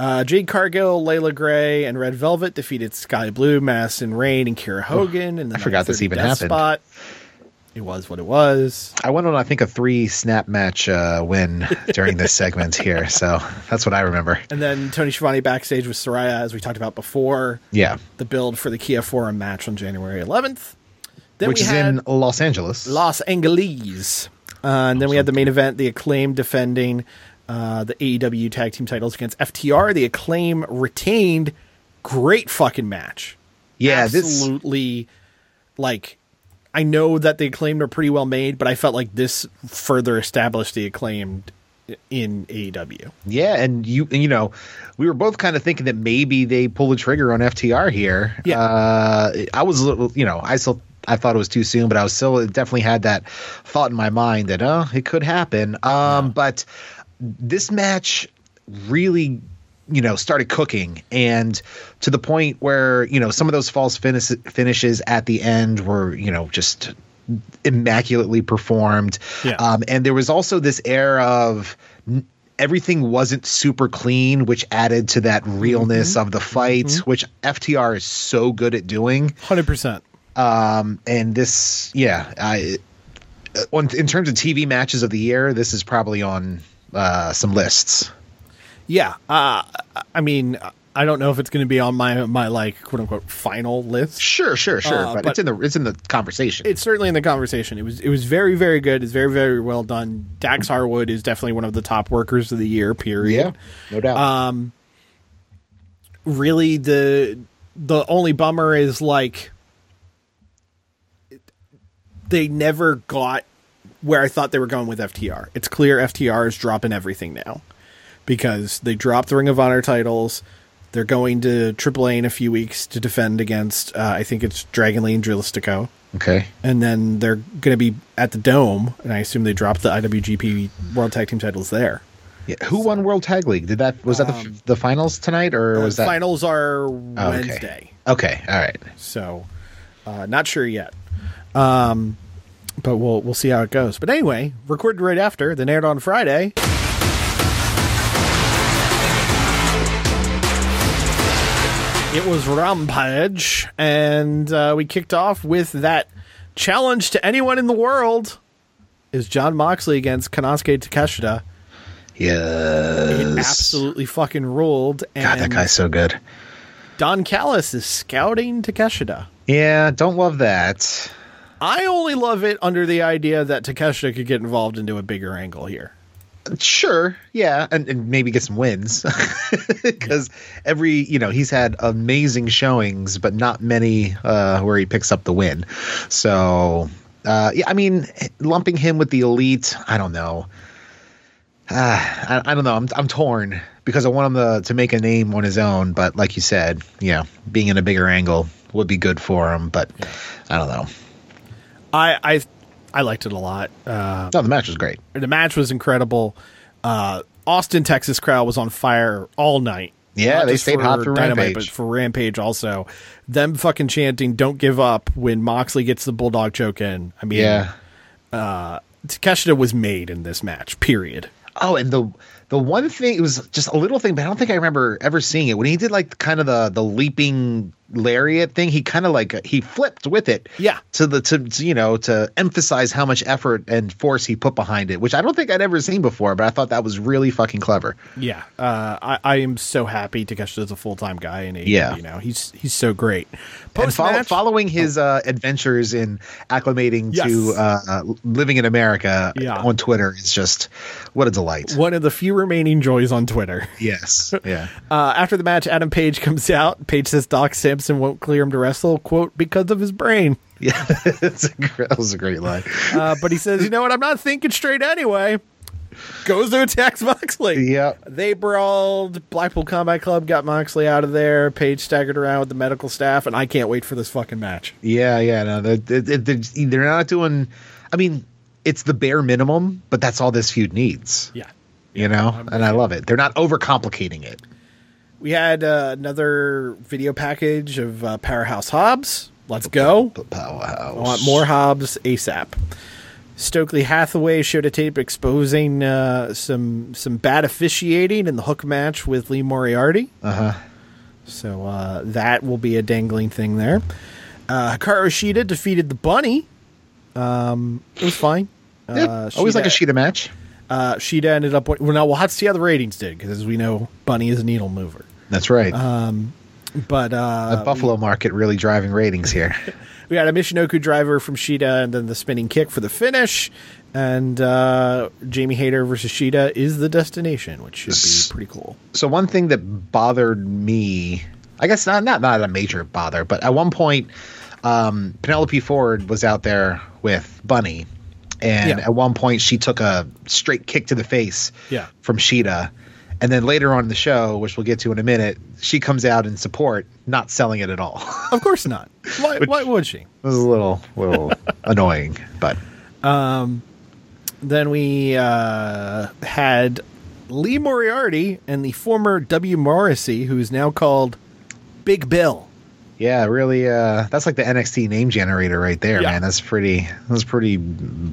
Speaker 4: Uh, Jade Cargill, Layla Gray, and Red Velvet defeated Sky Blue, Madison Rain, and Kira Hogan. And
Speaker 5: I forgot this even happened.
Speaker 4: Spot. It was what it was.
Speaker 5: I went on, I think, a three snap match uh, win during this segment here. So that's what I remember.
Speaker 4: And then Tony Schiavone backstage with Soraya, as we talked about before.
Speaker 5: Yeah,
Speaker 4: The build for the Kia Forum match on January 11th. Then
Speaker 5: which
Speaker 4: we
Speaker 5: is
Speaker 4: had
Speaker 5: in Los Angeles.
Speaker 4: Los Angeles. Uh, and then we had the main event, the Acclaim defending uh, the AEW tag team titles against FTR. The Acclaim retained. Great fucking match.
Speaker 5: yeah, this
Speaker 4: absolutely like I know that the acclaimed are pretty well made, but I felt like this further established the acclaimed in E AEW.
Speaker 5: Yeah, and you and, you know, we were both kind of thinking that maybe they pull the trigger on FTR here.
Speaker 4: Yeah.
Speaker 5: uh, I was a little, you know, I still I thought it was too soon, but I was still it definitely had that thought in my mind that oh, it could happen. Um, but this match really. You know, started cooking, and to the point where you know some of those false finis- finishes at the end were you know just immaculately performed.
Speaker 4: Yeah.
Speaker 5: Um, and there was also this air of n- everything wasn't super clean, which added to that realness of the fight, which FTR is so good at doing.
Speaker 4: Hundred percent.
Speaker 5: Um, and this, yeah, I, uh, on, in terms of TV matches of the year, this is probably on uh, some lists.
Speaker 4: Yeah. Uh, I mean, I don't know if it's going to be on my my like quote unquote final list.
Speaker 5: Sure, sure, sure,
Speaker 4: Uh,
Speaker 5: but,
Speaker 4: but-
Speaker 5: it's in the it's in the conversation.
Speaker 4: It's certainly in the conversation. It was it was very very good. It's very very well done. Dax Harwood is definitely one of the top workers of the year. Period.
Speaker 5: yeah, no doubt.
Speaker 4: really the the only bummer is like they never got where I thought they were going with FTR. It's clear FTR is dropping everything now because they dropped the Ring of Honor titles. They're going to AAA in a few weeks to defend against uh, I think it's Dragon Lee and Drilistico.
Speaker 5: okay,
Speaker 4: And then they're going to be at the Dome, and I assume they dropped the IWGP World Tag Team titles there.
Speaker 5: yeah. who won World Tag League? Did that was that the, f- the finals tonight, or was
Speaker 4: the
Speaker 5: that
Speaker 4: finals are
Speaker 5: Oh, okay.
Speaker 4: Wednesday.
Speaker 5: Okay, all right.
Speaker 4: So, uh, not sure yet. Um, but we'll we'll see how it goes. But anyway, recorded right after, then aired on Friday. It was Rampage, and uh, we kicked off with that challenge to anyone in the world is John Moxley against Kanosuke Takeshita.
Speaker 5: Yeah.
Speaker 4: It absolutely fucking ruled. And
Speaker 5: God, that guy's so good.
Speaker 4: Don Callis is scouting Takeshita.
Speaker 5: Yeah, don't love that.
Speaker 4: I only love it under the idea that Takeshita could get involved into a bigger angle here.
Speaker 5: Sure, yeah, and, and maybe get some wins because every you know he's had amazing showings, but not many uh, where he picks up the win. So uh, yeah, I mean, lumping him with the elite, I don't know. Uh, I, I don't know. I'm I'm torn because I want him to to make a name on his own, but like you said, you know, being in a bigger angle would be good for him. But I don't know.
Speaker 4: I I, I liked it a lot. Uh,
Speaker 5: No, the match was great.
Speaker 4: the match was incredible. Uh, Austin, Texas crowd was on fire all night.
Speaker 5: Yeah,
Speaker 4: Not
Speaker 5: they
Speaker 4: just
Speaker 5: stayed hot for Rampage.
Speaker 4: but for Rampage also. Them fucking chanting "Don't give up" when Moxley gets the bulldog choke in. I mean,
Speaker 5: Yeah.
Speaker 4: Takeshita was made in this match. Period.
Speaker 5: Oh, and the the one thing it was just a little thing, but I don't think I remember ever seeing it. When he did like kind of the the leaping lariat thing, he kind of like he flipped with it.
Speaker 4: Yeah.
Speaker 5: To the to, to, you know to emphasize how much effort and force he put behind it, which I don't think I'd ever seen before. But I thought that was really fucking clever.
Speaker 4: Yeah, uh, I, I am so happy Takeshita's a full time guy in AEW
Speaker 5: Yeah.
Speaker 4: now. He's he's so great.
Speaker 5: And follow,
Speaker 4: Post-match- Oh.
Speaker 5: following his uh, adventures in acclimating
Speaker 4: Yes.
Speaker 5: to uh, uh, living in America
Speaker 4: Yeah.
Speaker 5: on Twitter is just what a delight.
Speaker 4: one of the few remaining joys on Twitter.
Speaker 5: Yes. Yeah.
Speaker 4: Uh, after the match, Adam Page comes out. Page says Doc Sim Gibson won't clear him to wrestle, quote, because of his brain.
Speaker 5: Yeah, it's a, gr- that was a great line.
Speaker 4: Uh, but he says, you know what? I'm not thinking straight anyway. Goes to attacks Moxley.
Speaker 5: Yep.
Speaker 4: They brawled. Blackpool Combat Club got Moxley out of there. Page staggered around with the medical staff, and I can't wait for this fucking match.
Speaker 5: Yeah, yeah, no, they're, they're, they're not doing. I mean, it's the bare minimum, but that's all this feud needs.
Speaker 4: Yeah.
Speaker 5: you know, and I love it. They're not overcomplicating it.
Speaker 4: We had uh, another video package of uh, Powerhouse Hobbs. Let's go.
Speaker 5: Powerhouse.
Speaker 4: I want more Hobbs ASAP. Stokely Hathaway showed a tape exposing uh, some some bad officiating in the hook match with Lee Moriarty. Uh-huh. So uh, that will be a dangling thing there. Uh, Hikaru Shida defeated the Bunny. Um, it was fine.
Speaker 5: Yeah,
Speaker 4: Uh,
Speaker 5: always like a
Speaker 4: Shida-
Speaker 5: sheet of match.
Speaker 4: Uh, Shida ended up. Well, now we'll have to see how the ratings did because, as we know, Bunny is a needle mover.
Speaker 5: That's right.
Speaker 4: But uh,
Speaker 5: the Buffalo market really driving ratings here.
Speaker 4: We had a Michinoku driver from Sheeta and then the spinning kick for the finish. And uh, Jamie Hayter versus Sheeta is the destination, which should be pretty cool.
Speaker 5: so one thing that bothered me, I guess not not not a major bother, but at one point, um, Penelope Ford was out there with Bunny, and
Speaker 4: Yeah.
Speaker 5: at one point she took a straight kick to the face
Speaker 4: Yeah.
Speaker 5: from Sheeta. And then later on in the show, which we'll get to in a minute, she comes out in support, not selling it at all. it
Speaker 4: Of course not. Why, why would she?
Speaker 5: was a little, little annoying, but
Speaker 4: Then we uh, had Lee Moriarty and the former W. Morrissey, who is now called Big Bill.
Speaker 5: Yeah, really. Uh, that's like the NXT name generator right there,
Speaker 4: Yeah.
Speaker 5: man. That's pretty. That's pretty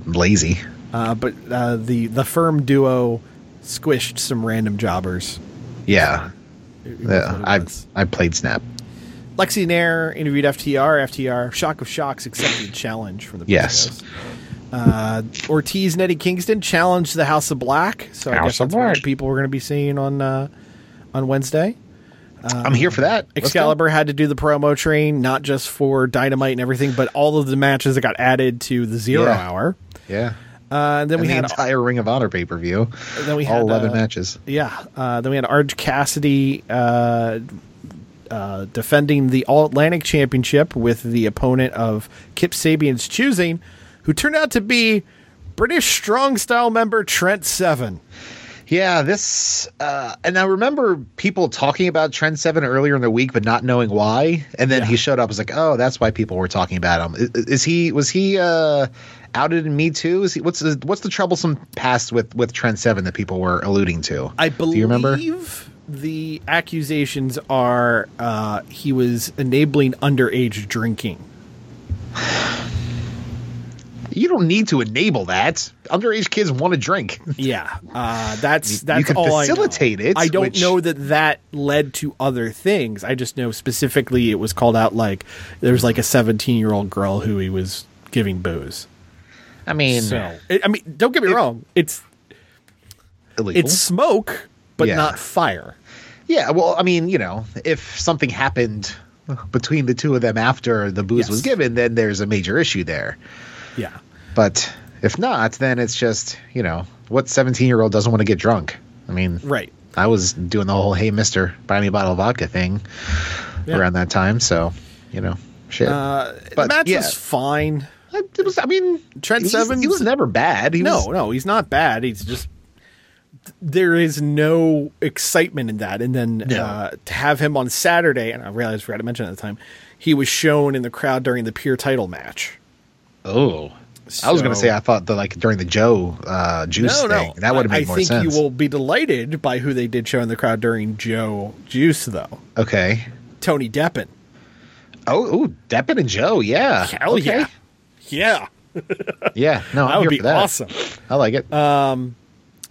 Speaker 5: lazy.
Speaker 4: Uh, but uh, the, the firm duo squished some random jobbers.
Speaker 5: Yeah,
Speaker 4: It- it was
Speaker 5: yeah.
Speaker 4: what it
Speaker 5: I
Speaker 4: was.
Speaker 5: I played Snap.
Speaker 4: Lexi Nair interviewed FTR. FTR, shock of shocks, accepted challenge from the
Speaker 5: Yes.
Speaker 4: Briscoes. Uh, Ortiz and Eddie Kingston challenged the House of Black. So I
Speaker 5: House
Speaker 4: guess
Speaker 5: of
Speaker 4: that's one of the
Speaker 5: Black.
Speaker 4: people we're going to be seeing on uh, on Wednesday.
Speaker 5: I'm here for that. Let's go.
Speaker 4: Uh, Excalibur had to do the promo train, not just for Dynamite and everything, but all of the matches that got added to the Zero
Speaker 5: Yeah.
Speaker 4: Hour.
Speaker 5: Yeah,
Speaker 4: Uh, and then
Speaker 5: and
Speaker 4: we
Speaker 5: the
Speaker 4: had
Speaker 5: entire Ring of Honor pay per view.
Speaker 4: then we
Speaker 5: All
Speaker 4: had,
Speaker 5: eleven
Speaker 4: uh,
Speaker 5: matches.
Speaker 4: Yeah. Uh, then we had Arj Cassidy uh, uh, defending the All Atlantic Championship with the opponent of Kip Sabian's choosing, who turned out to be British Strong Style member Trent Seven.
Speaker 5: Yeah, this. Uh, and I remember people talking about Trend Seven earlier in the week, but not knowing why. And then he showed up. I was like, oh, that's why people were talking about him. Is, is he? Was he? Uh, outed in Me Too? Is he? What's the- what's the troublesome past with with Trend Seven that people were alluding to?
Speaker 4: I believe
Speaker 5: Do you remember?
Speaker 4: the accusations are uh, he was enabling underage drinking.
Speaker 5: You don't need to enable that. Underage kids want to drink.
Speaker 4: Yeah, uh, that's that's
Speaker 5: can
Speaker 4: all
Speaker 5: facilitate
Speaker 4: I know.
Speaker 5: it,
Speaker 4: I don't
Speaker 5: which-
Speaker 4: know that that led to other things. I just know specifically it was called out like there was like a 17 year old girl who he was giving booze.
Speaker 5: I mean,
Speaker 4: So I I mean, don't get me wrong, it's
Speaker 5: illegal.
Speaker 4: it's smoke, but
Speaker 5: Yeah.
Speaker 4: not fire.
Speaker 5: yeah. Well, I mean, you know, if something happened between the two of them after the booze
Speaker 4: Yes.
Speaker 5: was given, then there's a major issue there.
Speaker 4: Yeah,
Speaker 5: But if not, then it's just you know, what 17 year old doesn't want to get drunk? I mean,
Speaker 4: right.
Speaker 5: I was doing the whole "Hey, Mister, buy me a bottle of vodka" thing
Speaker 4: Yeah.
Speaker 5: around that time, so you know, shit.
Speaker 4: Uh,
Speaker 5: But,
Speaker 4: the match
Speaker 5: yeah.
Speaker 4: was fine.
Speaker 5: I, it was, I mean,
Speaker 4: Trent
Speaker 5: he was, he
Speaker 4: Seven's-
Speaker 5: was never bad. He
Speaker 4: no,
Speaker 5: was,
Speaker 4: no, he's not bad. He's just th- there is no excitement in that. And then
Speaker 5: No.
Speaker 4: uh, to have him on Saturday, and I realized I forgot to mention at the time, he was shown in the crowd during the pure title match.
Speaker 5: Oh. I was gonna
Speaker 4: So-
Speaker 5: say I thought that like during the Joe uh, juice
Speaker 4: No,
Speaker 5: thing
Speaker 4: no,
Speaker 5: that would have
Speaker 4: I-
Speaker 5: made
Speaker 4: I
Speaker 5: more
Speaker 4: think
Speaker 5: sense.
Speaker 4: you will be delighted by who they did show in the crowd during Joe Juice, though.
Speaker 5: Okay.
Speaker 4: Tony Deppen.
Speaker 5: Oh, ooh, Deppin and Joe. Yeah.
Speaker 4: Hell
Speaker 5: Okay.
Speaker 4: yeah, yeah,
Speaker 5: Yeah. No, I'm
Speaker 4: that
Speaker 5: here
Speaker 4: would be
Speaker 5: for that.
Speaker 4: awesome. Uh,
Speaker 5: I like it.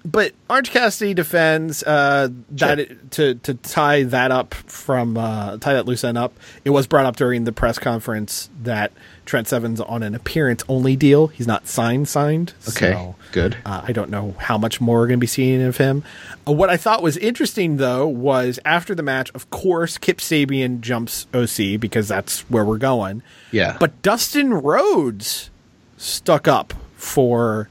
Speaker 4: but Orange Cassidy defends uh, that to to tie that up from uh, tie that loose end up. It was brought up during the press conference that Trent Seven's on an appearance only deal. He's not signed signed.
Speaker 5: Okay,
Speaker 4: so,
Speaker 5: good.
Speaker 4: Uh, I don't know how much more we're going to be seeing of him. Uh, what I thought was interesting though was after the match, of course, Kip Sabian jumps OC because that's where we're going.
Speaker 5: Yeah.
Speaker 4: But Dustin Rhodes stuck up for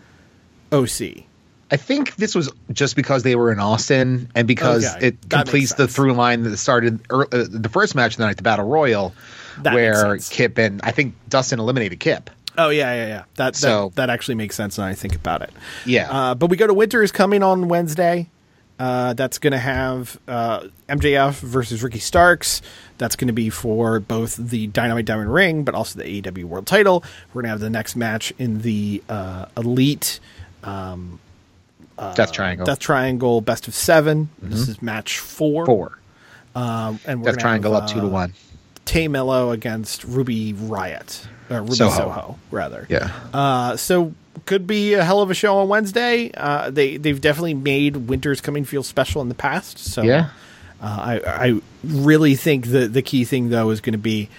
Speaker 4: OC.
Speaker 5: I think this was just because they were in Austin and because
Speaker 4: Okay,
Speaker 5: it
Speaker 4: that makes
Speaker 5: completes the
Speaker 4: sense.
Speaker 5: through line that started ear- uh, the first match of the night, the Battle Royal,
Speaker 4: That makes
Speaker 5: where
Speaker 4: sense.
Speaker 5: Kip and I think Dustin eliminated Kip.
Speaker 4: Oh yeah, yeah, yeah. That
Speaker 5: So-
Speaker 4: that, that actually makes sense when I think about it.
Speaker 5: Yeah.
Speaker 4: Uh, but we go to Winter is coming on Wednesday. Uh, that's going to have uh, MJF versus Ricky Starks. That's going to be for both the Dynamite Diamond Ring, but also the AEW World Title. We're going to have the next match in the uh, Elite
Speaker 5: Death Triangle.
Speaker 4: Uh, Death Triangle Best of 7 This is match four.
Speaker 5: Mm-hmm. Four.
Speaker 4: Um, and we're
Speaker 5: Death
Speaker 4: gonna
Speaker 5: Triangle
Speaker 4: have,
Speaker 5: up two to
Speaker 4: uh,
Speaker 5: one.
Speaker 4: Tay Mello against Ruby Riot, uh, Ruby Soho.
Speaker 5: Soho.
Speaker 4: rather.
Speaker 5: Yeah.
Speaker 4: Uh, so could be a hell of a show on Wednesday. Uh, they they've definitely made Winter's Coming feel special in the past. So
Speaker 5: Yeah.
Speaker 4: uh, I I really think the the key thing though is going to be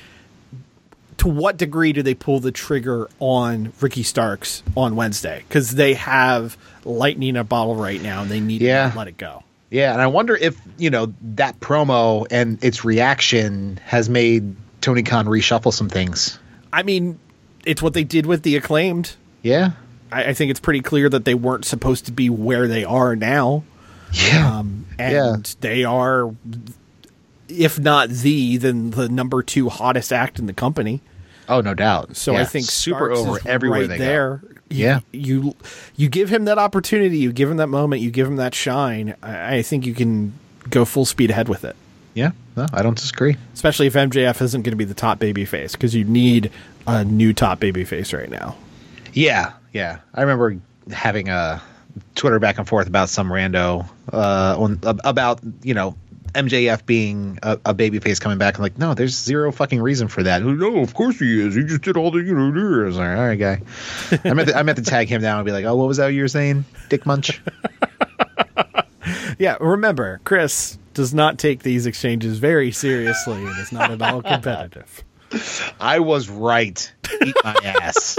Speaker 4: to what degree do they pull the trigger on Ricky Starks on Wednesday because they have lightning in a bottle right now and they need
Speaker 5: Yeah.
Speaker 4: to let it go.
Speaker 5: Yeah, and I wonder if you know that promo and its reaction has made Tony Khan reshuffle some things.
Speaker 4: I mean, it's what they did with the acclaimed.
Speaker 5: Yeah,
Speaker 4: I, I think it's pretty clear that they weren't supposed to be where they are now.
Speaker 5: yeah,
Speaker 4: Um, and
Speaker 5: Yeah.
Speaker 4: they are, if not the, then the number two hottest act in the company.
Speaker 5: oh, no doubt.
Speaker 4: So I
Speaker 5: Yeah.
Speaker 4: think
Speaker 5: super
Speaker 4: Starks
Speaker 5: over
Speaker 4: is
Speaker 5: everywhere
Speaker 4: right
Speaker 5: they go.
Speaker 4: there. You-
Speaker 5: Yeah.
Speaker 4: you you give him that opportunity, you give him that moment, you give him that shine. I, I think you can go full speed ahead with it,
Speaker 5: Yeah, no, I don't disagree.
Speaker 4: especially if MJF isn't going to be the top baby face because you need a new top baby face right now.
Speaker 5: Yeah, yeah. I remember having a Twitter back and forth about some rando uh, on ab- about you know MJF being a, a babyface coming back. I'm like, no, there's zero fucking reason for that. No, of course he is. He just did all the you know. I was like, all right, guy. I meant to, I meant to tag him down and be like, oh, what was that you were saying, Dick Munch?
Speaker 4: Yeah, remember, Chris does not take these exchanges very seriously and is not at all competitive.
Speaker 5: I was right. Eat my ass.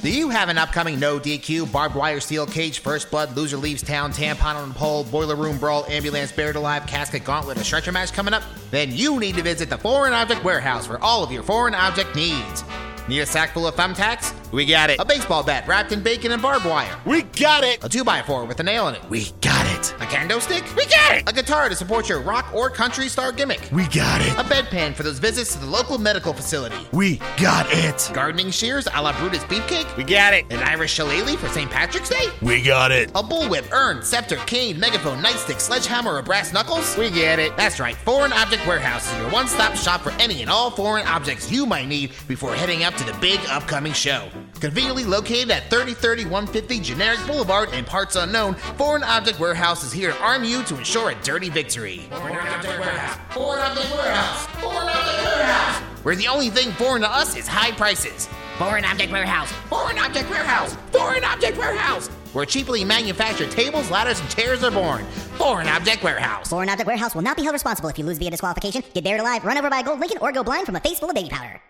Speaker 6: Do you have an upcoming no DQ, barbed wire steel cage, first blood, loser leaves town, tampon on a pole, boiler room brawl, ambulance buried alive, casket gauntlet, a stretcher match coming up? Then you need to visit the Foreign Object Warehouse for all of your foreign object needs. Need a sack full of thumbtacks? We got it. A baseball bat wrapped in bacon and barbed wire.
Speaker 7: We got it.
Speaker 6: A 2x4 with a nail in it. We got it. A kendo stick? We got it. A guitar to support your rock or country star gimmick.
Speaker 7: We got it.
Speaker 6: A bedpan for those visits to the local medical facility.
Speaker 7: We got it.
Speaker 6: Gardening shears a la Brutus Beefcake? We got it. An Irish shillelagh for St. Patrick's Day?
Speaker 7: We got it.
Speaker 6: A bullwhip, urn, scepter, cane, megaphone, nightstick, sledgehammer, or brass knuckles? We get it. That's right. Foreign Object Warehouse is your one stop shop for any and all foreign objects you might need before heading out to the big upcoming show. Conveniently located at 303150 Generic Boulevard in parts unknown, Foreign Object Warehouse is here to arm you to ensure a dirty victory. Foreign Object Warehouse. Foreign Object Warehouse. Foreign Object Warehouse. Where the only thing foreign to us is high prices. Foreign Object Warehouse. Foreign Object Warehouse. Foreign Object Warehouse. Where cheaply manufactured tables, ladders, and chairs are born. Foreign Object Warehouse.
Speaker 8: Foreign Object Warehouse will not be held responsible if you lose via disqualification, get buried alive, run over by a gold Lincoln, or go blind from a face full of baby powder.